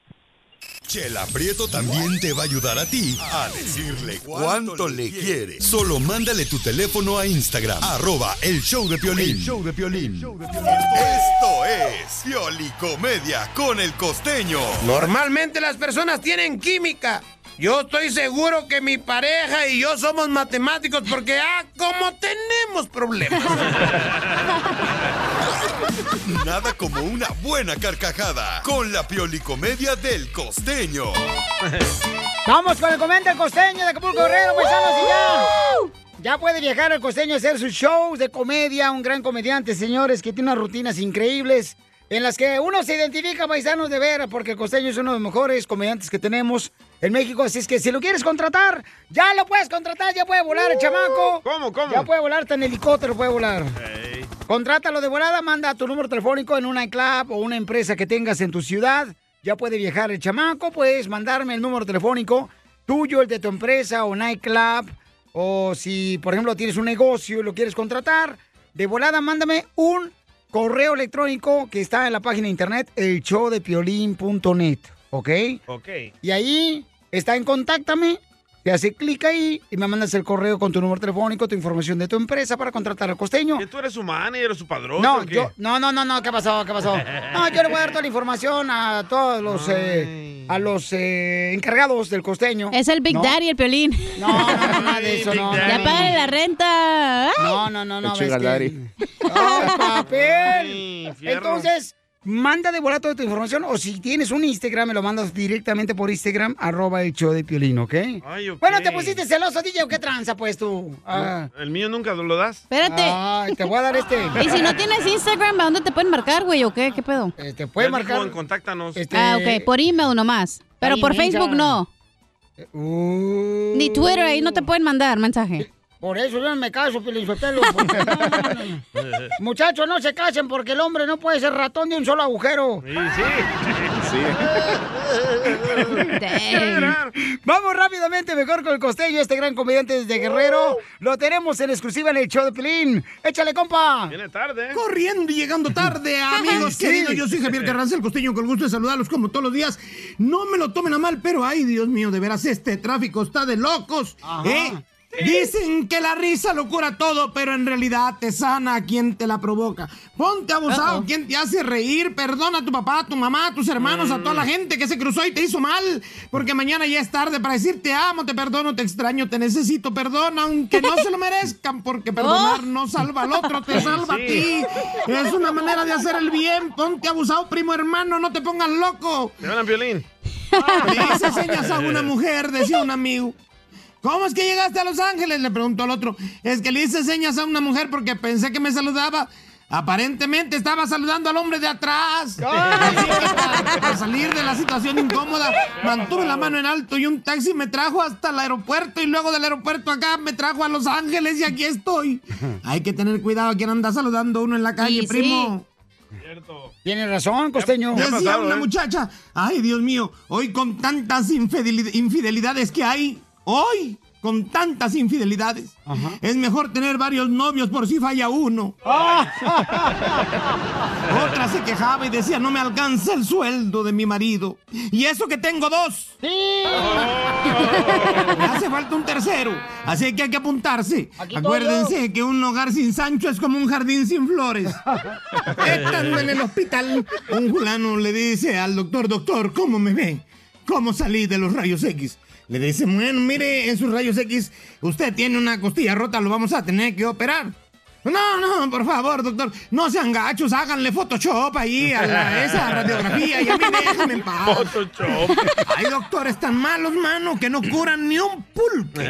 S6: Chela Prieto también te va a ayudar a ti a decirle cuánto le quiere. Solo mándale tu teléfono a Instagram, arroba el show de Piolín.
S5: El
S6: show de Piolín. Esto es Piolicomedia con el costeño.
S5: Normalmente las personas tienen química. Yo estoy seguro que mi pareja y yo somos matemáticos porque, ah, como tenemos
S8: [laughs]
S5: problemas.
S6: Nada como una buena carcajada con la Piolicomedia del costeño.
S3: Vamos con el comenta el costeño de Acapulco Guerrero, paisanos, y ya. Ya puede viajar el costeño a hacer sus shows de comedia, un gran comediante, señores, que tiene unas rutinas increíbles en las que uno se identifica, paisanos, de ver, porque el costeño es uno de los mejores comediantes que tenemos en México, así es que si lo quieres contratar, ya lo puedes contratar, ya puede volar el chamaco. Uh, ¿Cómo, cómo? Ya puede volar, hasta en helicóptero puede volar. Contrátalo de volada, manda tu número telefónico en una club o una empresa que tengas en tu ciudad. Ya puede viajar el chamaco, puedes mandarme el número telefónico tuyo, el de tu empresa o nightclub. O si, por ejemplo, tienes un negocio y lo quieres contratar, de volada mándame un
S1: correo electrónico que está en la página de internet, el showdepiolín.net, ¿ok?
S2: Ok.
S1: Y ahí está en Contáctame, te hace clic ahí y me mandas el correo con tu número telefónico, tu información de tu empresa para contratar al costeño.
S2: ¿Que tú eres su manager o su padrón?
S1: No,
S2: o qué?
S1: yo, no, no, no, no, ¿qué pasó? ¿Qué pasó? No, yo le voy a dar toda la información a todos los, eh, a los eh, encargados del costeño.
S4: Es el Big
S1: ¿No?
S4: Daddy, el piolín.
S1: No, no, no, nada de eso, no.
S4: Ya págale la renta.
S1: No, no, no, no. ves que- ¡Oh,
S4: [laughs]
S1: papel! Entonces, manda de volar toda tu información o si tienes un Instagram, me lo mandas directamente por Instagram, arroba el show de Piolín, ¿ok?
S2: Ay, ok.
S1: Bueno, te pusiste celoso, DJ, ¿o ¿qué tranza, pues, tú? Ah.
S2: ¿El mío nunca lo das?
S4: Espérate.
S1: Ay, te
S4: [laughs]
S1: voy a dar este.
S4: Y si no tienes Instagram, ¿a dónde te pueden marcar, güey? ¿O qué? ¿Qué pedo?
S3: Eh,
S1: te
S2: Ya dijo en contáctanos.
S3: Este,
S4: Ah, ok, por email nomás. Pero por
S1: mensa.
S4: Facebook no.
S1: Uh.
S4: Ni Twitter, ahí no te pueden mandar mensaje.
S1: Por eso yo no me caso, Piolín Sotelo, porque-
S2: [laughs]
S1: Muchachos, no se casen porque el hombre no puede ser ratón de un solo agujero.
S2: Sí,
S4: [laughs]
S2: sí.
S1: Vamos rápidamente, mejor con el costeño, este gran comediante desde
S4: Oh.
S1: Guerrero. Lo tenemos en exclusiva en el show de Pilín. Échale, compa.
S2: Ah. Viene tarde. ¿eh?
S8: Corriendo y llegando tarde, amigos
S1: Sí.
S8: queridos. Yo soy Javier Carranza, el costeño, con el gusto de saludarlos como todos los días. No me lo tomen a mal, pero ay, Dios mío, de veras, este tráfico está de locos.
S1: Ajá.
S8: ¿eh? Dicen que la risa lo cura todo, pero en realidad te sana a quien te la provoca. Ponte abusado,
S13: Uh-oh.
S8: quien te hace reír, perdona a tu papá, a tu mamá, a tus hermanos, a
S13: Mm.
S8: toda la gente que se cruzó y te hizo mal, porque mañana ya es tarde para decir te amo, te perdono, te extraño, te necesito, perdón, aunque no se lo merezcan, porque perdonar
S13: Oh.
S8: no salva al otro, te
S13: Sí,
S8: salva
S13: sí.
S8: a ti. Es una manera de hacer el bien. Ponte abusado, primo hermano, no te pongas loco.
S2: ¿Te hablan violín?
S8: [laughs] Le hice señas a una mujer, decía un amigo. ¿Cómo es que llegaste a Los Ángeles? Le preguntó al otro. Es que le hice señas a una mujer porque pensé que me saludaba. Aparentemente estaba saludando al hombre de atrás. Así que para, para salir de la situación incómoda, mantuve la mano en alto y un taxi me trajo hasta el aeropuerto y luego del aeropuerto acá me trajo a Los Ángeles y aquí estoy. Hay que tener cuidado a quien anda saludando uno en la calle,
S13: Y sí.
S8: primo.
S1: Tienes razón, costeño.
S8: Decía una
S3: ¿eh?
S8: muchacha, ay Dios mío, hoy con tantas infideli- infidelidades que hay, hoy con tantas infidelidades, es mejor tener varios novios por si falla uno. Otra
S2: [laughs]
S8: se quejaba y decía, no me alcanza el sueldo de mi marido. Y eso que tengo dos. Me [laughs] hace falta un tercero, así que hay que apuntarse.
S13: estoy
S8: Acuérdense que un hogar sin Sancho es como un jardín sin flores. Estando en el hospital, un fulano le dice al doctor, doctor, ¿cómo me ve? ¿Cómo salí de los rayos X? Le dice, bueno, mire, en sus rayos X, usted tiene una costilla rota, lo vamos a tener que operar. No, no, por favor, doctor, no sean gachos, háganle Photoshop ahí a la- a esa radiografía y a mí déjenme en paz.
S2: Photoshop.
S8: Hay doctores tan malos, mano, que no curan ni un pulpo.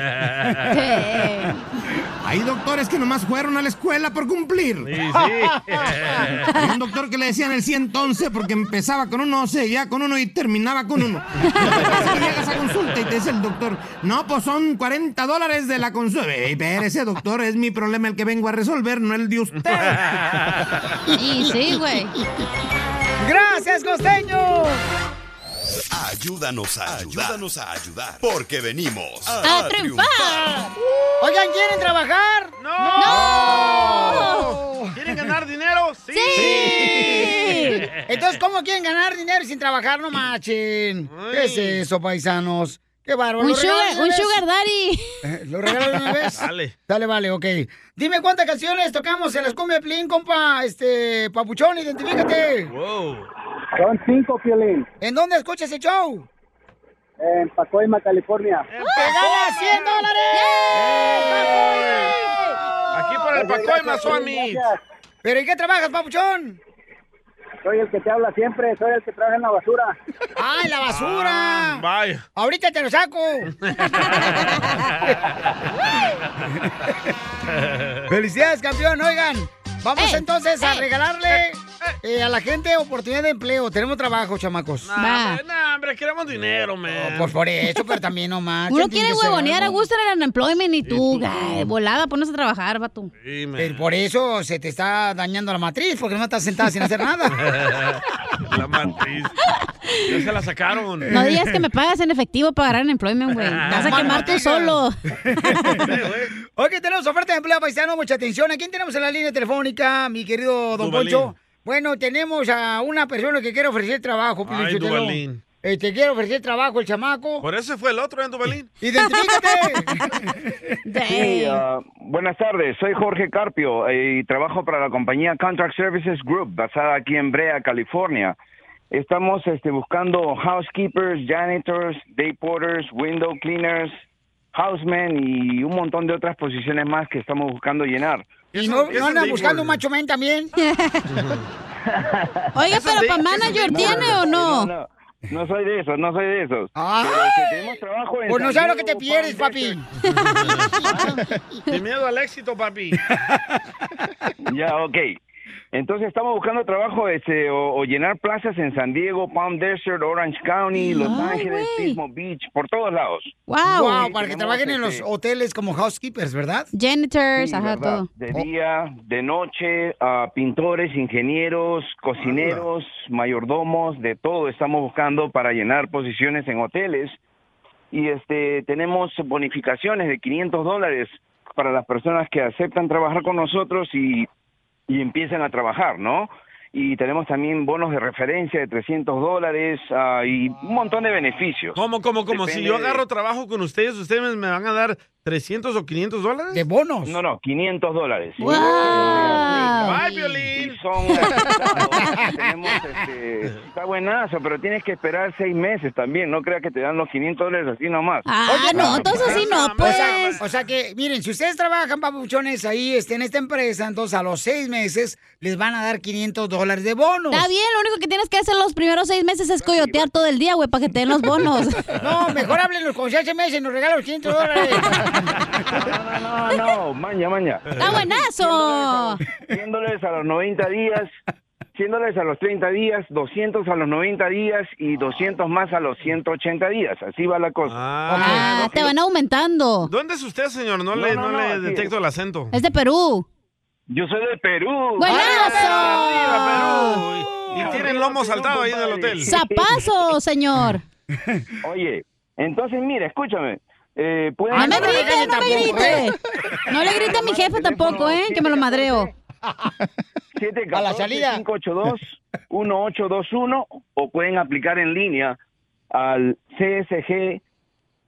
S8: Hay doctores que nomás fueron a la escuela por cumplir. [laughs]
S13: sí.
S8: Había un doctor que le decían el 111 porque empezaba con un 11, ya con uno y terminaba con
S13: [laughs]
S8: uno. Lo que pasa es que llegas a consulta y te dice el doctor, no, pues son 40 dólares de la consulta. ese doctor, es mi problema el que vengo a resolver, no el de usted.
S4: Y
S2: eh?
S4: sí, güey.
S1: Gracias, costeño.
S6: Ayúdanos a ayudar. Ayúdanos a ayudar. Porque venimos
S1: ¡A triunfar! Oigan, ¿quieren trabajar?
S2: ¡No! ¿Quieren ganar dinero? Sí.
S1: Sí. Entonces, ¿cómo quieren ganar dinero sin trabajar? No machen. ¿Qué es eso, paisanos? Qué bárbaro.
S4: Un
S1: ¿Lo regalan
S4: sugar,
S1: de
S4: un
S1: vez?
S4: sugar daddy.
S1: Eh, ¿Lo regalaron una vez?
S4: [laughs] Dale.
S1: Dale, vale, ok. Dime cuántas canciones tocamos en las cumbia de Plin, compa. Este, papuchón, identifícate.
S13: Son cinco, Piolín.
S1: ¿En dónde escuchas el show?
S13: En Pacoima, California.
S1: ¡Te ganas 100 dólares!
S2: Aquí para el Pacoima, Suami.
S1: ¿Pero en qué trabajas, papuchón?
S13: Soy el que te habla siempre, soy el que trabaja en la basura.
S1: ¡Ah, en la
S2: Ah,
S1: basura!
S2: Bye.
S1: Ahorita te lo
S2: [laughs]
S1: saco. ¡Felicidades, campeón! Oigan, vamos entonces a regalarle
S3: eh, a la gente oportunidad de empleo. Tenemos trabajo, chamacos.
S2: Nah, hombre, nah, hombre, queremos dinero, man.
S3: Pues por eso, pero
S4: [laughs]
S3: también no más.
S4: Uno quiere huevonear a gusto en el unemployment y tú, gay, volada, pones a trabajar, vato.
S3: Pero por eso se te está dañando la matriz, porque no estás sentada sin hacer nada.
S2: la matriz. [laughs] Ya se la
S3: [laughs]
S2: sacaron.
S4: [laughs] No digas que me pagas en efectivo para ganar unemployment, güey. Vas a
S3: No
S4: quemar tú
S3: mames.
S4: solo.
S3: Ok, tenemos oferta de empleo, paisano. Mucha atención. ¿A quién tenemos en la línea telefónica, mi querido Don
S9: Duvalín.
S3: Poncho? Bueno, tenemos a una persona que quiere ofrecer trabajo, Piolín
S2: Ay,
S3: Sotelo.
S2: Duvalín.
S3: Este, quiere ofrecer trabajo el chamaco.
S2: Por eso fue el otro, ¿eh, Duvalín?
S3: ¡Identifícate!
S12: [laughs] Sí, ah, buenas tardes, soy Jorge Carpio eh, y trabajo para la compañía Contract Services Group, basada aquí en Brea, California. Estamos este, buscando housekeepers, janitors, day porters, window cleaners, housemen y un montón de otras posiciones más que estamos buscando llenar.
S3: ¿Y no, no andan buscando un macho men también?
S2: eh.
S3: [laughs]
S4: Oiga, pero para manager
S2: eh.
S4: tiene o no?
S12: No, no soy de esos, no soy de esos.
S3: Ah.
S12: trabajo en
S3: Pues no
S12: San
S3: sabes lo que te
S12: Diego,
S3: pierdes, papi. [laughs]
S2: Sin miedo al éxito, papi.
S12: Ya, ok. Entonces estamos buscando trabajo este, o, o llenar plazas en San Diego, Palm Desert, Orange County, Los Ángeles, Pismo Beach, por todos lados.
S4: Wow.
S3: Wow, para que
S12: Tenemos,
S3: trabajen en los
S12: este,
S3: hoteles como housekeepers, ¿verdad?
S4: Janitors,
S12: sí,
S4: ajá,
S12: ¿verdad?
S4: todo.
S12: De día, de noche, ah, pintores, ingenieros, cocineros, mayordomos, de todo estamos buscando para llenar posiciones en hoteles. Y este tenemos bonificaciones de 500 dólares para las personas que aceptan trabajar con nosotros y, y empiezan a trabajar, ¿no? Y tenemos también bonos de referencia de 300 dólares ah, y un montón de beneficios.
S2: ¿Cómo, cómo, cómo? Si
S12: Depende
S2: yo
S12: de-
S2: agarro trabajo con ustedes, ¿ustedes me van a dar 300 o 500 dólares?
S3: ¿De bonos?
S12: No, no, 500 dólares.
S2: ¡Ay, Violín!
S12: Este, está buenazo, pero tienes que esperar seis meses también. No creas que te dan los 500 dólares así nomás.
S1: Ah,
S4: Ah,
S3: Oye,
S12: no,
S3: O sea,
S4: pues.
S3: o sea que, miren, si ustedes trabajan, papuchones, ahí este, en esta empresa, entonces a los seis meses les van a dar 500 dólares de bonos.
S4: Está bien, lo único que tienes que hacer los primeros seis meses es coyotear todo el día, güey, para que te den los bonos.
S3: [laughs] No, mejor háblenos con seis meses y nos regalan los 500 dólares.
S12: No, no, maña, maña.
S4: ¡Está buenazo!
S12: 100 dólares a los 90 días, 100 dólares a los 30 días, 200 a los 90 días y 200 más a los 180 días. Así va la cosa.
S4: Ah, te van aumentando.
S2: ¿Dónde es usted, señor? No,
S12: No,
S2: le,
S12: no,
S2: no
S12: no,
S2: le
S12: así
S2: detecto el acento.
S4: Es de Perú.
S12: Yo soy de Perú.
S4: ¡Buenazo!
S2: Y tienen lomo saltado ahí en el hotel.
S4: ¡Zapazo,
S3: [laughs]
S4: señor!
S12: Oye, entonces mira, escúchame. Eh, pueden-
S4: No me grite, no me
S3: ¿eh?
S4: grite. No le grite a mi jefe tampoco, ¿eh? Que me lo madreo.
S12: [laughs] 714-582-1821 o pueden aplicar en línea al CSG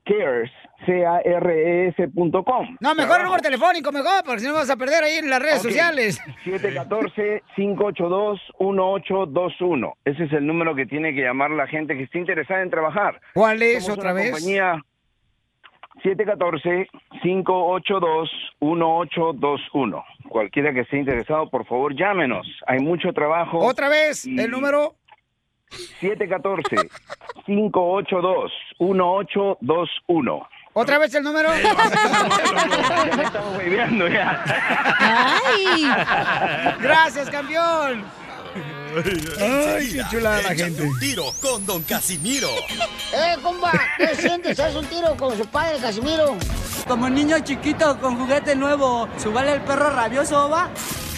S12: Cares, E C-A-R-E-S.com.
S3: No, mejor el número telefónico, mejor, porque si no vas a perder ahí en las redes
S12: Ok.
S3: sociales.
S12: 714-582-1821. Ese es el número que tiene que llamar la gente que esté interesada en trabajar.
S3: ¿Cuál es
S12: Somos
S3: otra
S12: una
S3: vez?
S12: compañía 714-582-1821. Cualquiera que esté interesado, por favor, llámenos. Hay mucho trabajo.
S3: Otra vez,
S12: Y
S3: el número.
S12: 714-582-1821.
S3: Otra vez el número. [laughs]
S12: Muy bien, ya.
S4: ¡Ay!
S9: [laughs]
S3: Gracias, campeón.
S6: Ay,
S3: qué chulada la gente.
S6: un tiro con Don Casimiro.
S9: ¡Eh, compa! ¿Qué sientes? ¿Haz un tiro con su padre, Casimiro? Como niño chiquito con juguete nuevo, ¿subale el perro rabioso, va?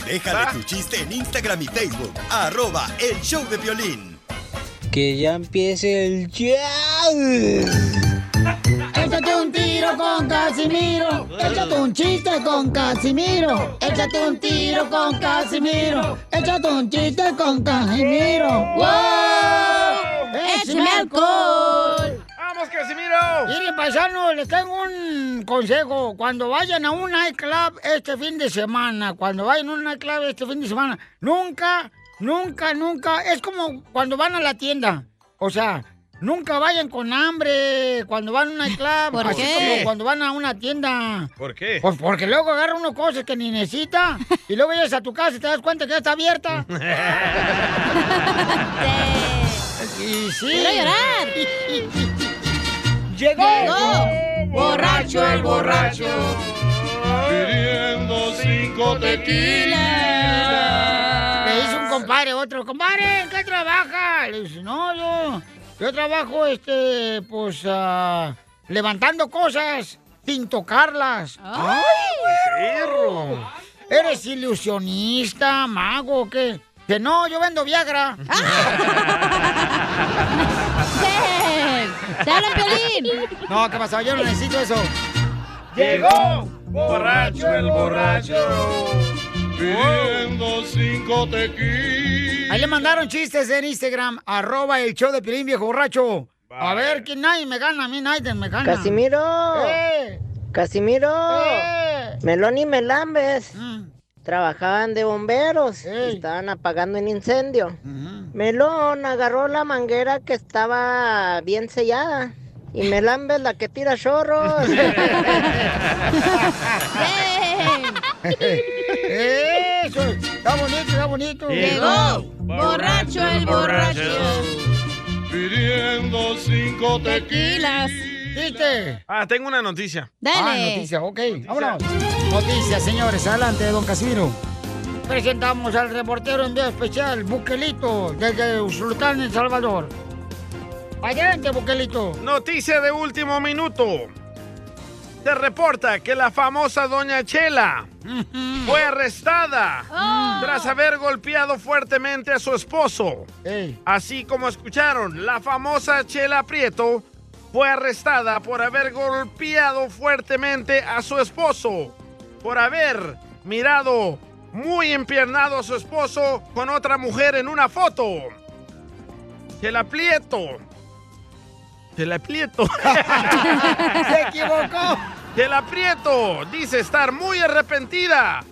S6: Déjale tu chiste en Instagram y Facebook. Arroba el show de violín.
S26: Que ya empiece el
S9: Échate un tiro con Casimiro. Échate un chiste con Casimiro. Échate un tiro con Casimiro. Échate un chiste con Casimiro. ¡Wow!
S3: ¡Échame alcohol! ¡Vamos, Casimiro! Miren, paisanos, les tengo un consejo. Cuando vayan a un nightclub este fin de semana, cuando vayan a un nightclub este fin de semana, nunca, nunca, nunca. Es como cuando van a la tienda. O sea, nunca vayan con hambre cuando van a
S2: [laughs]
S3: un nightclub.
S2: ¿Por
S3: así
S2: qué?
S3: como cuando van a una tienda.
S2: ¿Por qué?
S3: Pues porque
S9: [laughs]
S3: luego agarra unas cosas que ni necesita y luego llegas a tu casa y te das cuenta que ya
S2: [laughs]
S3: está abierta. Y sí.
S9: Quiero llorar.
S3: [laughs] Llegó,
S9: borracho el borracho.
S4: [laughs]
S3: Pidiendo cinco tequilas. Le hizo un compadre hoy otro, compadre, ¿en qué trabaja? Le dice, no, yo, yo trabajo, este, pues, ah, levantando cosas sin tocarlas. ¡Ay, perro! ¿Eres ilusionista, mago o qué? Que no, yo vendo [laughs] Viagra.
S4: ¡Te hablan, Piolín!
S3: No, ¿qué pasó? Yo no necesito eso.
S4: Llegó
S3: borracho el borracho.
S7: Pidiendo cinco tequilas.
S3: Ahí le mandaron chistes en Instagram, arroba el show de Piolín Viejo Borracho. A
S4: Ah.
S3: ver, que nadie me gana, a mí nadie me gana.
S10: Casimiro.
S3: ¡Eh!
S10: Casimiro.
S3: ¡Eh!
S10: Melón y Melambes. Trabajaban de bomberos. y Estaban apagando un incendio. Melón agarró la manguera que estaba bien sellada. Y Melambes la que tira chorros.
S3: ¡Eso! ¡Está bonito, está bonito! Ah,
S4: Llegó borracho el borracho.
S7: Pidiendo cinco tequilas.
S3: ¿Viste?
S2: Ah, tengo una noticia.
S3: Ah, noticia, ok. Vámonos. Noticias, señores. Adelante, don Casimiro. Presentamos al reportero en día especial, Buquelito, desde Usulután, El Salvador. Adelante, Buquelito.
S2: Noticia de último minuto. Se reporta que la famosa Doña Chela
S9: Mm.
S2: fue arrestada tras haber golpeado fuertemente a su esposo. Así como escucharon, la famosa Chela Prieto fue arrestada por haber golpeado fuertemente a su esposo, por haber mirado muy empiernado a su esposo con otra mujer en una foto. Chela Prieto Del
S3: [laughs]
S2: aprieto.
S4: ¡Se
S3: equivocó!
S2: Del aprieto. Dice estar muy arrepentida.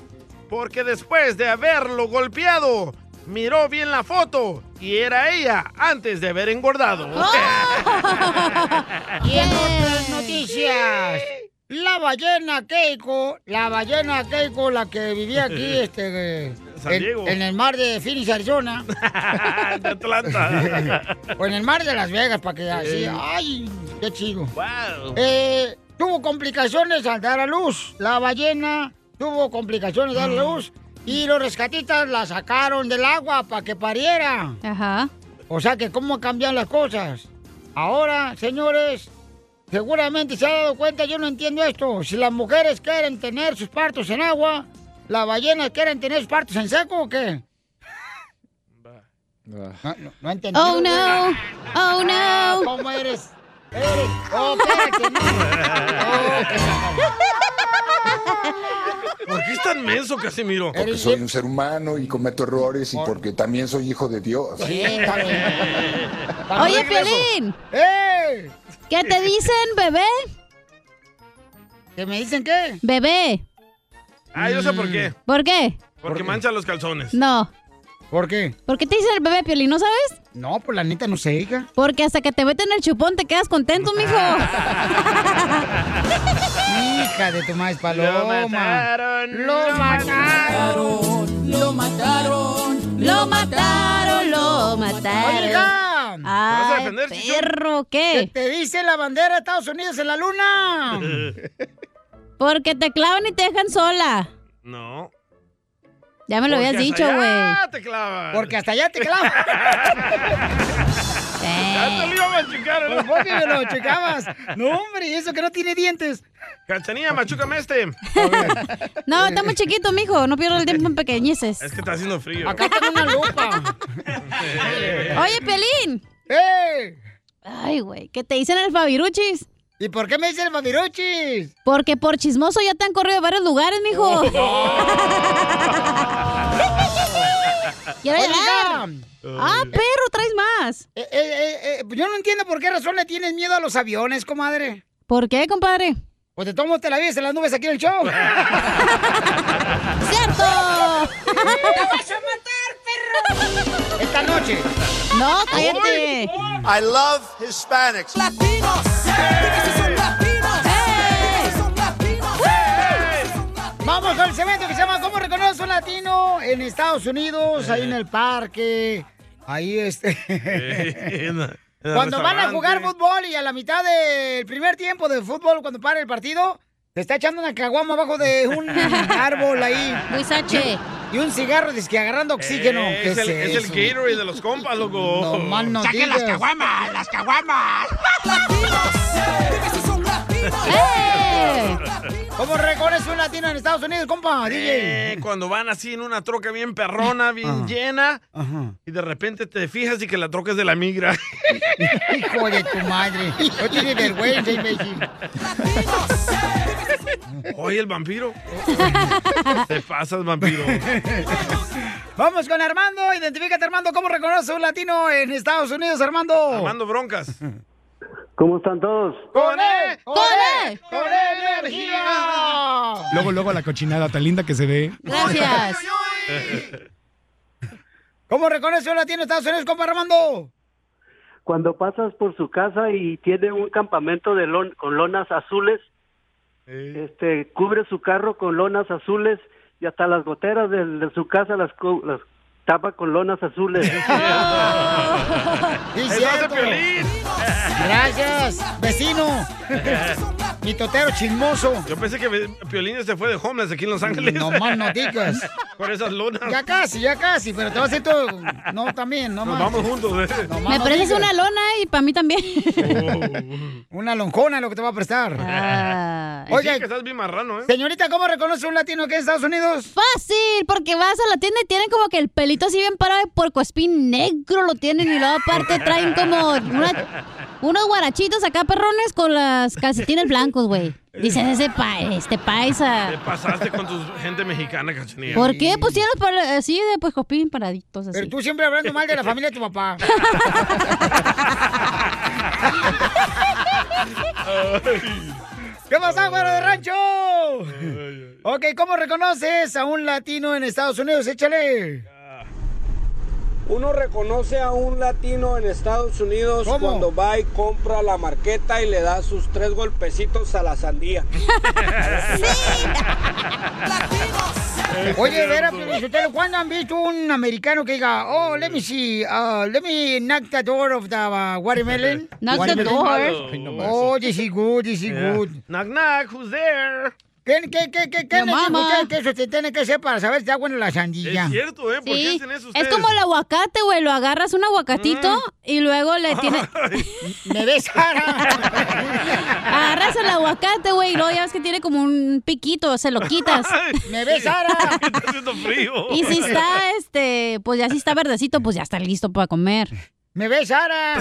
S2: Porque después de haberlo golpeado, miró bien la foto y era ella antes de haber engordado.
S3: Y en otras noticias, la ballena Keiko, la ballena Keiko, la que
S2: [laughs]
S3: vivía aquí, este, eh,
S2: San
S3: en,
S2: Diego.
S3: en el mar de Phoenix, Arizona,
S2: de Atlanta.
S3: o en el mar de Las Vegas, para que así,
S2: Eh.
S3: ay, qué chido. Eh, tuvo complicaciones al dar a luz. La ballena tuvo complicaciones al dar a luz y los rescatistas la sacaron del agua para que pariera. Ajá. O sea que cómo cambian las cosas. Ahora, señores, seguramente se ha dado cuenta, yo no entiendo esto. Si las mujeres quieren tener sus partos en agua, las ballenas quieren tener sus partos en seco o qué? No, no, no entendí.
S4: Oh, no. Oh,
S3: [laughs]
S4: no.
S3: ¿Cómo eres? Eres. Oh, espérate, Oh,
S2: ¿Por qué es tan menso, Casimiro?
S12: Porque soy un ser humano y cometo errores y porque también soy hijo de Dios.
S4: Oye, Piolín.
S3: ¡Eh!
S4: ¿Qué te dicen, bebé?
S3: ¿Que me dicen qué?
S4: Bebé.
S2: Ah, yo sé por
S3: Mm,
S2: qué.
S4: ¿Por qué?
S2: Porque mancha los calzones.
S4: No.
S3: ¿Por qué?
S4: ¿Por qué te dicen el bebé, Piolín? ¿No sabes?
S3: No, pues la neta no sé, hija.
S4: Porque hasta que te meten el chupón te quedas contento, mijo.
S3: Ah, Hija de tu maíz paloma.
S4: Lo mataron. Lo mataron. Lo mataron. Lo
S3: Oye, hija.
S4: mataron. Ay, perro, ¿qué?
S3: Te dice la bandera de Estados Unidos en la luna.
S4: [laughs] Porque te clavan y te dejan sola.
S2: No.
S4: Ya me lo
S2: Porque
S4: habías
S2: hasta
S4: dicho,
S2: allá
S4: güey.
S2: te clavan.
S3: Porque hasta allá te clavan. [laughs]
S2: Ya te lo iba a machucar, ¿no?
S3: Pues vos que me lo
S4: [laughs]
S3: checabas. No, hombre, y eso que no tiene dientes.
S2: Cachanilla, machúcame
S3: [laughs]
S2: este.
S4: No, está muy chiquito, mijo. No pierdo el tiempo en pequeñeces.
S2: Es que está haciendo frío.
S4: Acá tengo una lupa. [laughs] Oye, Pelín.
S3: ¡Eh!
S4: Ay, güey, ¿qué te dicen el Fabiruchis?
S3: ¿Y por qué me dicen el Fabiruchis? Oh.
S4: Porque por chismoso ya te han corrido de varios lugares, mijo. Quiero
S3: Oye,
S4: llorar.
S3: hija.
S4: Ah, perro, traes más.
S3: Eh, yo no entiendo por qué razón le tienes miedo a los aviones, comadre.
S4: ¿Por qué, compadre?
S3: Pues te tomo te la vives en las nubes aquí en el show.
S4: [laughs] ¡Cierto!
S3: Esta noche.
S4: No,
S3: cállate.
S27: I love Hispanics. Latinos.
S3: [laughs] Vamos al segmento que se llama ¿Cómo reconoce un latino en Estados Unidos? Ahí en el parque.
S2: [laughs]
S3: Ahí este. Cuando van a jugar fútbol y a la mitad del primer tiempo de fútbol, cuando
S2: [laughs]
S3: para el partido, te está echando una caguama abajo de un árbol ahí.
S4: Huizache.
S3: Y un cigarro, dice que agarrando oxígeno.
S2: Eh,
S3: ¿Qué
S2: es, el, es el
S3: eso?
S2: Gatorade de los compas, loco.
S3: No más no
S2: Saca
S3: digas.
S2: caguamas, las caguamas.
S3: ¡Eh!
S2: [laughs]
S3: ¿Cómo reconoce un latino en Estados Unidos, compa, DJ?
S2: Eh, cuando van así en una troca bien perrona, bien
S3: Ah.
S2: llena, y de repente te fijas y que la troca es de la migra.
S3: [laughs] Hijo de tu madre. No tiene vergüenza, imbécil.
S2: [laughs] Oye, el
S3: [laughs]
S2: vampiro. Te pasas, vampiro.
S3: Vamos con Armando. Identifícate, Armando. ¿Cómo reconoce un latino en Estados Unidos, Armando?
S2: Armando Broncas.
S15: ¿Cómo están todos?
S3: ¡Con él!
S2: ¡Con
S3: él! ¡Con E. energía!
S11: Luego, luego la cochinada tan linda que se ve.
S3: Gracias. [laughs] ¿Cómo reconoce un latino en Estados Unidos, compa
S2: [laughs]
S3: Armando?
S15: Cuando pasas por su casa y tiene un campamento de lon- con lonas azules, este cubre su carro con lonas azules y hasta las goteras del- de, su casa las, cu- las tapa con lonas azules.
S3: Sí, cierto.
S2: [laughs]
S3: Gracias, vecino. Mi totero chismoso.
S2: Yo pensé que Piolín se fue de homeless aquí en Los Ángeles.
S3: No más no digas.
S2: Con esas lonas.
S3: Ya casi, ya casi, pero te vas a ir todo. No, también, no
S2: Nos
S3: más.
S2: vamos juntos, ¿eh?
S3: No más
S4: Me
S3: no
S4: prestas
S3: digas.
S4: una lona y para mí
S3: [laughs]
S4: también.
S3: Una lonjona lo que te va a prestar.
S4: Ah.
S2: Y sí que estás bien marrano, ¿eh?
S3: Señorita, ¿cómo reconoce un latino aquí en Estados Unidos?
S4: Fácil, porque vas a la tienda y tienen como que el pelito así bien parado de puercoespín negro lo tienen y luego aparte traen como una- unos guarachitos acá perrones con las calcetines blancos, güey. Dicen ese pa este
S2: Te
S4: paisa.
S2: pasaste con tu gente mexicana, cachanilla.
S4: ¿Por qué pusieron para- así de puercoespín paraditos así?
S3: Pero tú siempre hablando mal de la familia de tu papá. ¿Qué pasa, güero de rancho? Ok, ¿cómo reconoces a un latino en Estados Unidos? Échale.
S17: Uno reconoce a un latino en Estados Unidos cuando va y compra la marqueta y le da sus tres golpecitos a la sandía.
S3: Oye, Vera, Pelichotelo, ¿cuándo han visto un americano que diga, oh, let me see, uh, let me knock the door of the uh, watermelon?
S2: Knock the door. Ay, no más.
S3: Oh, this is good, this is
S2: Yeah.
S3: good.
S2: Knock, knock, who's there?
S3: ¿Qué, qué, qué, qué, qué
S2: Your mama.
S3: necesita que eso se tiene que hacer para saber si está buena la sandilla?
S2: Es cierto, ¿eh? ¿Por qué hacen eso
S4: es
S2: ustedes?
S4: como el aguacate, güey. Lo agarras un aguacatito
S2: Mm.
S4: y luego le tienes.
S3: [laughs] ¡Me ves,
S4: [laughs] Agarras el aguacate, güey, y luego ya ves que tiene como un piquito, se lo
S2: [laughs]
S4: quitas.
S3: ¡Me ves, Sara!
S2: Está haciendo frío.
S4: Y si está, este, pues ya si está verdecito, pues ya está listo para comer.
S3: ¡Me
S4: [laughs]
S3: ves, Sara!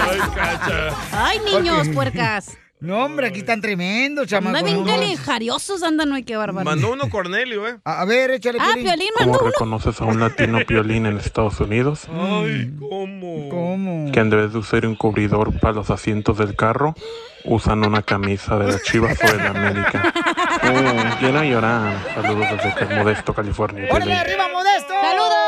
S2: Ay, cacha.
S4: ¡Ay, niños,
S3: Porque-
S4: puercas!
S3: No, hombre, aquí están tremendos, chamacos.
S4: Andan bien
S3: no.
S4: calijariosos, andan, güey, qué bárbaro.
S2: Mandó uno Cornelio, ¿eh?
S3: A, a ver, échale,
S4: Ah, Piolín
S20: ¿Cómo
S4: mandó uno.
S20: reconoces a un latino piolín en Estados Unidos?
S2: Ay, ¿cómo?
S4: [laughs]
S3: ¿Cómo? [laughs]
S20: Que en vez de usar un cubridor para los asientos del carro, usan una camisa de las chivas o de la América. Mm, llena y llorar. Saludos desde Modesto, California.
S3: Oh. ¡Órale,
S20: Piolín.
S3: arriba, Modesto!
S4: ¡Saludos!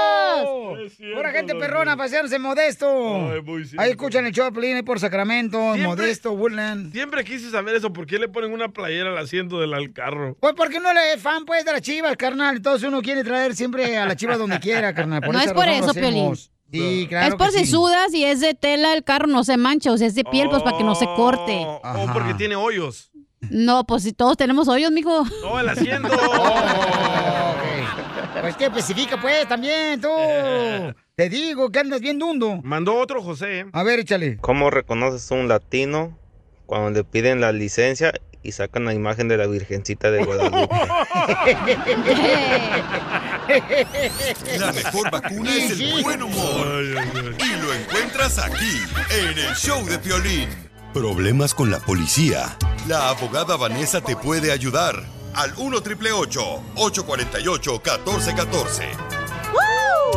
S3: Pura gente perrona, pasearse en Modesto. Ahí escuchan el show de Piolín, ahí por Sacramento, en
S2: Siempre-
S3: Modesto, Woodland.
S2: Siempre quise saber eso. ¿Por qué le ponen una playera al asiento del al carro?
S3: Pues porque uno le es fan, pues, de las chivas, carnal. Entonces uno quiere traer siempre a la chiva donde quiera, carnal.
S4: No es por
S3: razón lo
S4: eso, Piolín.
S3: hacemos. Sí, claro
S4: es por
S3: que
S4: si
S3: sí.
S4: sudas y es de tela el carro, no se mancha, o si es de piel, pues para que no se corte.
S2: O porque tiene hoyos.
S4: No, pues si todos tenemos hoyos, mijo.
S2: No, el asiento.
S4: Oh,
S3: Pues que especifica, pues,
S4: [laughs]
S3: también, tú. [laughs] Te digo que andas bien dundo.
S2: Mandó otro José.
S3: A ver, échale.
S28: ¿Cómo reconoces a un latino cuando le piden la licencia y sacan la imagen de la Virgencita
S8: [laughs]
S28: de Guadalupe?
S6: La mejor vacuna es el buen humor. Y lo encuentras aquí, en el show de Piolín.
S20: [laughs] Problemas con la policía.
S6: La abogada Vanessa te puede ayudar. Al 1 triple 848 1414.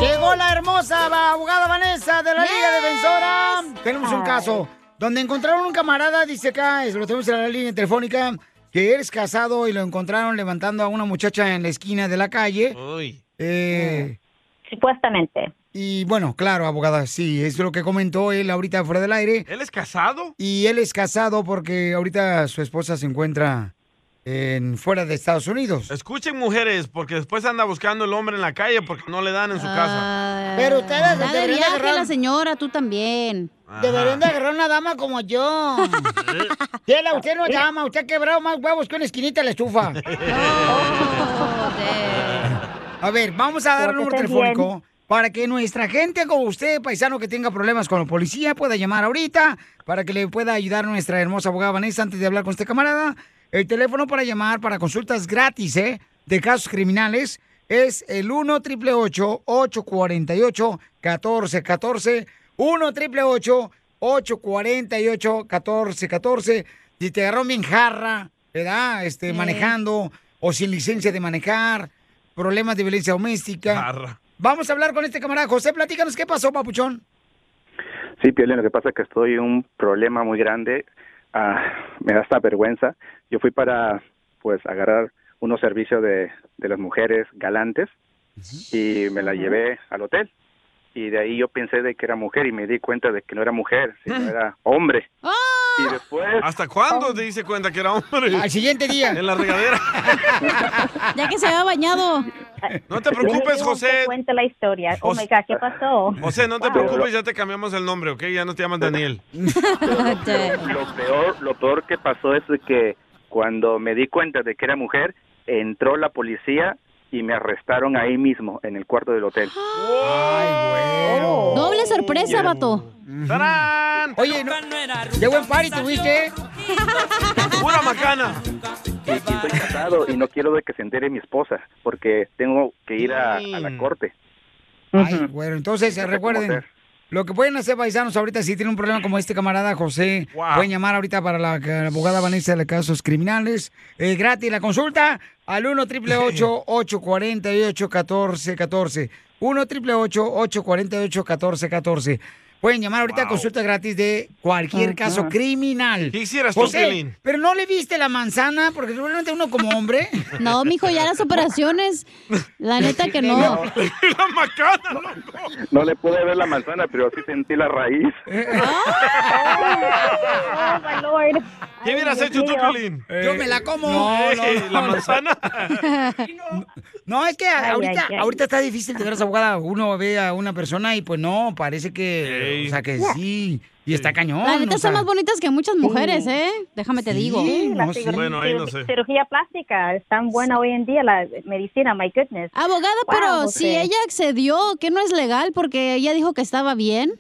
S3: Llegó la hermosa va- abogada Vanessa de la Liga Defensora. Tenemos un caso donde encontraron un camarada, dice acá, es- lo tenemos en la línea telefónica, que eres casado y lo encontraron levantando a una muchacha en la esquina de la calle.
S2: Mm.
S3: eh,
S29: Supuestamente.
S3: Y bueno, claro, abogada, sí, es lo que comentó él ahorita fuera del aire.
S2: ¿Él es casado?
S3: Y él es casado porque ahorita su esposa se encuentra
S9: en fuera de Estados Unidos.
S2: Escuchen mujeres, porque después anda buscando el hombre en la calle porque no le dan en su casa.
S4: Pero
S1: ustedes
S4: la de
S1: deberían
S4: viaje,
S1: agarrar-
S4: la señora, tú también.
S1: Deberían de agarrar una dama
S4: [laughs]
S1: como yo. Tela, usted no es dama, usted ha quebrado más huevos que una esquinita de la estufa.
S4: [laughs]
S1: A ver, vamos a dar el
S9: Porque
S1: número
S9: estoy bien.
S1: telefónico para que nuestra gente como usted, paisano que tenga problemas con la policía, pueda llamar ahorita para que le pueda ayudar nuestra hermosa abogada Vanessa antes de hablar con este camarada. El teléfono para llamar para consultas gratis, ¿eh? De casos criminales es el 1 888 848 1414 1 888 848 1414 Si te agarró bien jarra, ¿verdad? Este,
S9: Eh.
S1: manejando o sin licencia de manejar, problemas de violencia doméstica. Vamos a hablar con este camarada. José, platícanos qué pasó, papuchón.
S25: Sí, Piolín, lo que pasa es que estoy en un problema muy grande. Ah, me da esta vergüenza. Yo fui para, pues, agarrar unos servicios de, de las mujeres galantes y me la llevé al hotel. Y de ahí yo pensé de que era mujer y me di cuenta de que no era mujer,
S3: Mm.
S25: sino era hombre.
S4: ¡Ah!
S25: Y después...
S2: ¿Hasta cuándo te diste cuenta que era hombre?
S25: Al
S1: siguiente día.
S2: En la regadera.
S3: [laughs]
S4: Ya que se había bañado.
S2: No te preocupes, José.
S29: Cuenta la historia. Oh my God, ¿qué pasó?
S2: José, no te preocupes, ya te cambiamos el nombre, ¿ok? Ya no te llamas Daniel.
S25: Lo peor, lo peor que pasó es de que cuando me di cuenta de que era mujer, entró la policía y me arrestaron ahí mismo, en el cuarto del hotel.
S3: Oh,
S4: Doble sorpresa, vato.
S1: Oye, no, de buen party tuviste.
S2: Pura macana.
S25: Y estoy casado y no quiero de que se entere mi esposa, porque tengo que ir a, a la corte.
S1: Ay, bueno, entonces
S25: No sé cómo
S1: recuerden.
S25: hacer.
S1: Lo que pueden hacer paisanos ahorita, si tienen un problema como este camarada José, pueden llamar ahorita para la, la abogada Vanessa de casos criminales. Eh, gratis la consulta al 1
S2: [laughs]
S1: 888 848 1414 1 888 848 1414 Pueden llamar ahorita a consulta gratis de cualquier
S2: Ajá.
S1: caso criminal.
S2: ¿Qué hicieras tú,
S1: José,
S2: Piolín?
S1: pero no le viste la manzana, porque seguramente uno como hombre.
S4: [laughs] No, mijo, ya las operaciones. La neta que no.
S25: No le pude ver la manzana, pero sí sentí la raíz.
S29: Oh, my Lord.
S2: ¿Qué hubieras
S25: Dios
S2: hecho tú,
S25: mío.
S2: Piolín?
S1: Yo me la como.
S2: Eh,
S1: No, no, no.
S2: ¿La manzana?
S1: No, es que
S2: Ay,
S1: ahorita,
S2: ay, ay.
S1: ahorita está difícil de ver esa abogada. Uno ve a una persona y pues no, parece que, o sea, que sí. Y está cañón.
S4: La neta
S1: o sea.
S4: son más bonitas que muchas mujeres, ¿eh? Déjame te digo.
S29: Sí, la cirugía- Cirugía plástica es tan buena hoy en día, la medicina, my goodness.
S4: Abogada,
S29: Wow,
S4: pero
S29: José.
S4: si ella accedió, que no es legal porque ella dijo que estaba bien.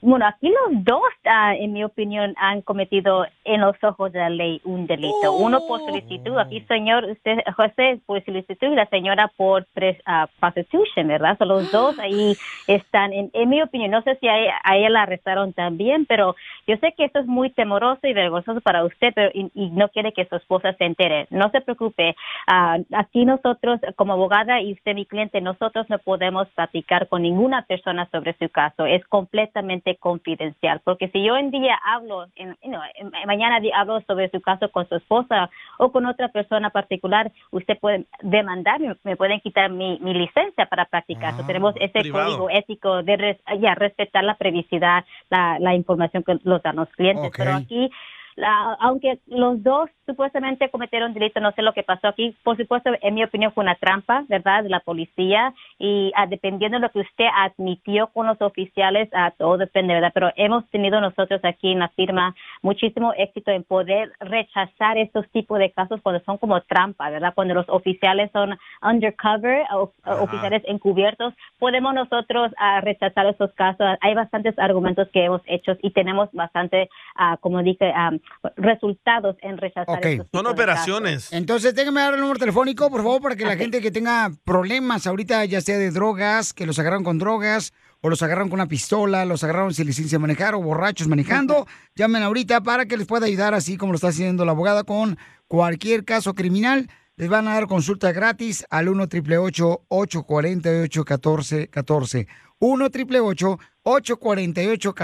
S29: Bueno, aquí los dos, ah, en mi opinión, han cometido en los ojos de la ley un delito. Uno por solicitud, aquí señor, usted, José, por solicitud y la señora por pres- ah, prostitution, ¿verdad? Son los dos ahí están, en, en mi opinión, no sé si a, e- a ella la arrestaron también, pero yo sé que esto es muy temoroso y vergonzoso para usted pero, y, y no quiere que su esposa se entere. No se preocupe, ah, aquí nosotros, como abogada y usted mi cliente, nosotros no podemos platicar con ninguna persona sobre su caso. Es completamente confidencial, porque si yo en día hablo, en- you know, en- mañana di- hablo sobre su caso con su esposa o con otra persona particular, usted puede demandarme, me pueden quitar mi, mi licencia para practicar. So, tenemos ese
S13: privado.
S29: código ético de res- ya, respetar la privacidad, la, la información que los dan los clientes.
S13: Ok.
S29: Pero aquí la- aunque los dos supuestamente cometieron delito, no sé lo que pasó aquí, por supuesto, en mi opinión fue una trampa, ¿verdad?, de la policía y ah, dependiendo de lo que usted admitió con los oficiales, a todo depende, ¿verdad? Pero hemos tenido nosotros aquí en la firma muchísimo éxito en poder rechazar estos tipos de casos cuando son como trampa, ¿verdad? Cuando los oficiales son undercover, o-
S13: Ajá.
S29: oficiales encubiertos, podemos nosotros ah, rechazar esos casos. Hay bastantes argumentos que hemos hecho y tenemos bastante, ah, como dije, am, resultados en rechazar
S1: Ok.
S29: esos tipos de
S1: Entonces, déjenme dar el número telefónico, por favor, para que la gente que tenga problemas ahorita, ya sea de drogas, que los agarraron con drogas, o los agarraron con una pistola, los agarraron sin licencia de manejar, o borrachos manejando, llamen ahorita para que les pueda ayudar, así como lo está haciendo la abogada, con cualquier caso criminal. Les van a dar consulta gratis al 1 888 848 1414 1 888 848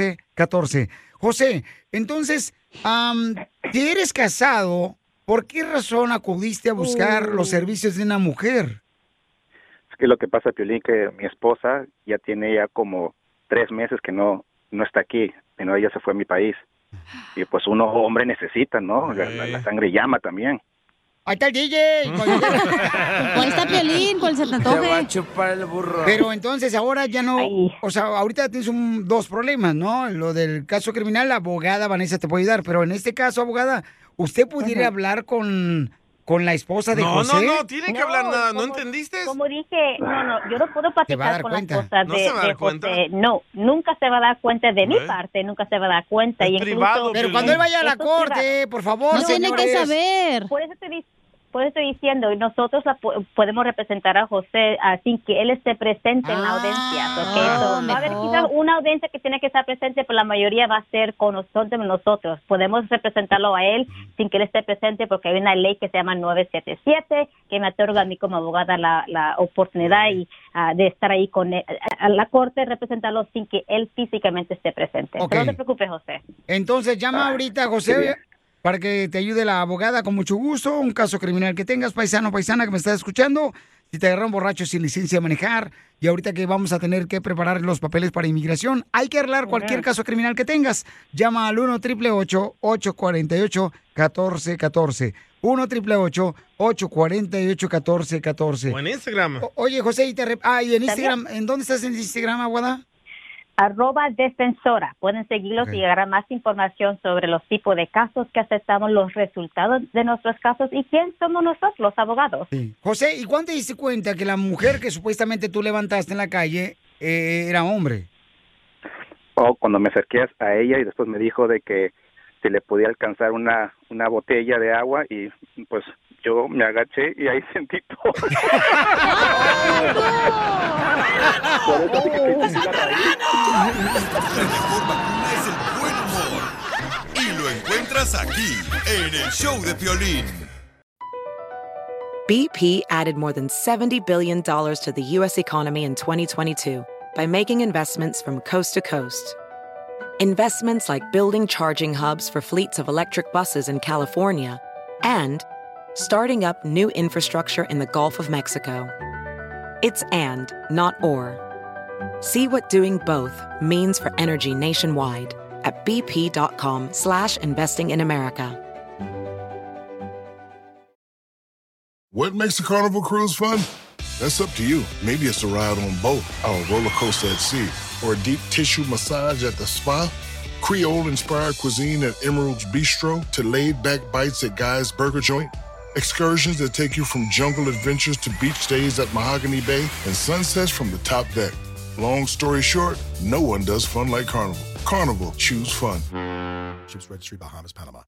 S1: 1414 José, entonces, am, si eres casado, ¿por qué razón acudiste a buscar
S3: Uh.
S1: los servicios de una mujer?
S25: Es que lo que pasa, Piolín, que mi esposa ya tiene ya como tres meses que no, no está aquí, sino ella se fue a mi país. y pues uno hombre necesita, ¿no? La, la- la sangre llama también.
S1: Ahí está el DJ. cuando te-
S3: Ahí está Piolín, cuál se te antoje.
S1: chupar el burro. Pero entonces ahora ya no. O sea, ahorita tienes un- dos problemas, ¿no? Lo del caso criminal, la abogada Vanessa te puede ayudar. Pero en este caso, abogada, ¿usted pudiera
S29: Ajá.
S1: hablar con, con la esposa de
S2: No, no,
S1: José?
S2: no, tiene que hablar nada, ¿no
S29: entendiste? Como dije, no, no, yo no puedo
S1: Te va a
S29: platicar
S1: dar
S29: con
S1: cuenta.
S29: las cosas
S1: ¿No
S29: de,
S1: se va a dar
S29: de José.
S1: cuenta?
S29: No, nunca se va a dar cuenta de mi
S1: ¿Eh?
S29: parte, nunca se va a dar cuenta. y incluso-
S1: Pero cuando él vaya a la
S29: Eso sí
S1: corte,
S29: va.
S1: por favor. señores.
S29: Por eso estoy, dic- por eso estoy diciendo, y nosotros la po- podemos representar a José ah, sin que él esté presente en la audiencia. ¿ok? So, va a haber
S3: mejor.
S29: quizás una audiencia que tiene que estar presente, pero la mayoría va a ser con nosotros. nosotros. Podemos representarlo a él sin que él esté presente porque hay una ley que se llama 977 que me otorga a mí como abogada la, la oportunidad y, ah, de estar ahí con él, a, a la corte, representarlo sin que él físicamente esté presente.
S1: Ok.
S29: No te preocupes, José.
S1: Entonces llama ahorita a José
S29: Ah, qué bien.
S1: para que te ayude la abogada con mucho gusto, un caso criminal que tengas, paisano, paisana que me estás escuchando, si te agarraron borracho sin licencia de manejar y ahorita que vamos a tener que preparar los papeles para inmigración, hay que arreglar cualquier caso criminal que tengas. Llama al 1 888 848 1414 1 888 848 1414
S2: O en
S3: Oh,
S2: Instagram.
S1: Oye, José, y te re- ah, y en Instagram, ¿en dónde estás en Instagram, abogada?
S29: arroba defensora. Pueden seguirlos y agarrar más información sobre los tipos de casos que aceptamos, los resultados de nuestros casos y quién somos nosotros, los abogados.
S1: José, ¿y cuándo te diste cuenta que la mujer que supuestamente tú levantaste en la calle eh, era hombre?
S25: O Oh, cuando me acerqué a- a ella y después me dijo de que si le podía alcanzar una, una botella de agua y pues yo me agaché y ahí [laughs] sentí todo. Por eso sí que sentí la
S6: Y lo encuentras aquí, en el show de Piolín.
S15: BP added more than $70 billion to the U.S. economy in 2022 by making investments from coast to coast. Investments like building charging hubs for fleets of electric buses in California and starting up new infrastructure in the Gulf of Mexico. It's and, not or. See what doing both means for energy nationwide at bp.com slash investing in America.
S30: What makes a carnival cruise fun? That's up to you. Maybe it's a ride on boat, a roller coaster at sea, or a deep tissue massage at the spa. Creole inspired cuisine at Emerald's Bistro to laid back bites at Guy's Burger Joint. Excursions that take you from jungle adventures to beach stays at Mahogany Bay and sunsets from the top deck. Long story short, no one does fun like Carnival. Carnival, choose fun.
S31: Ships Registry Bahamas, Panama.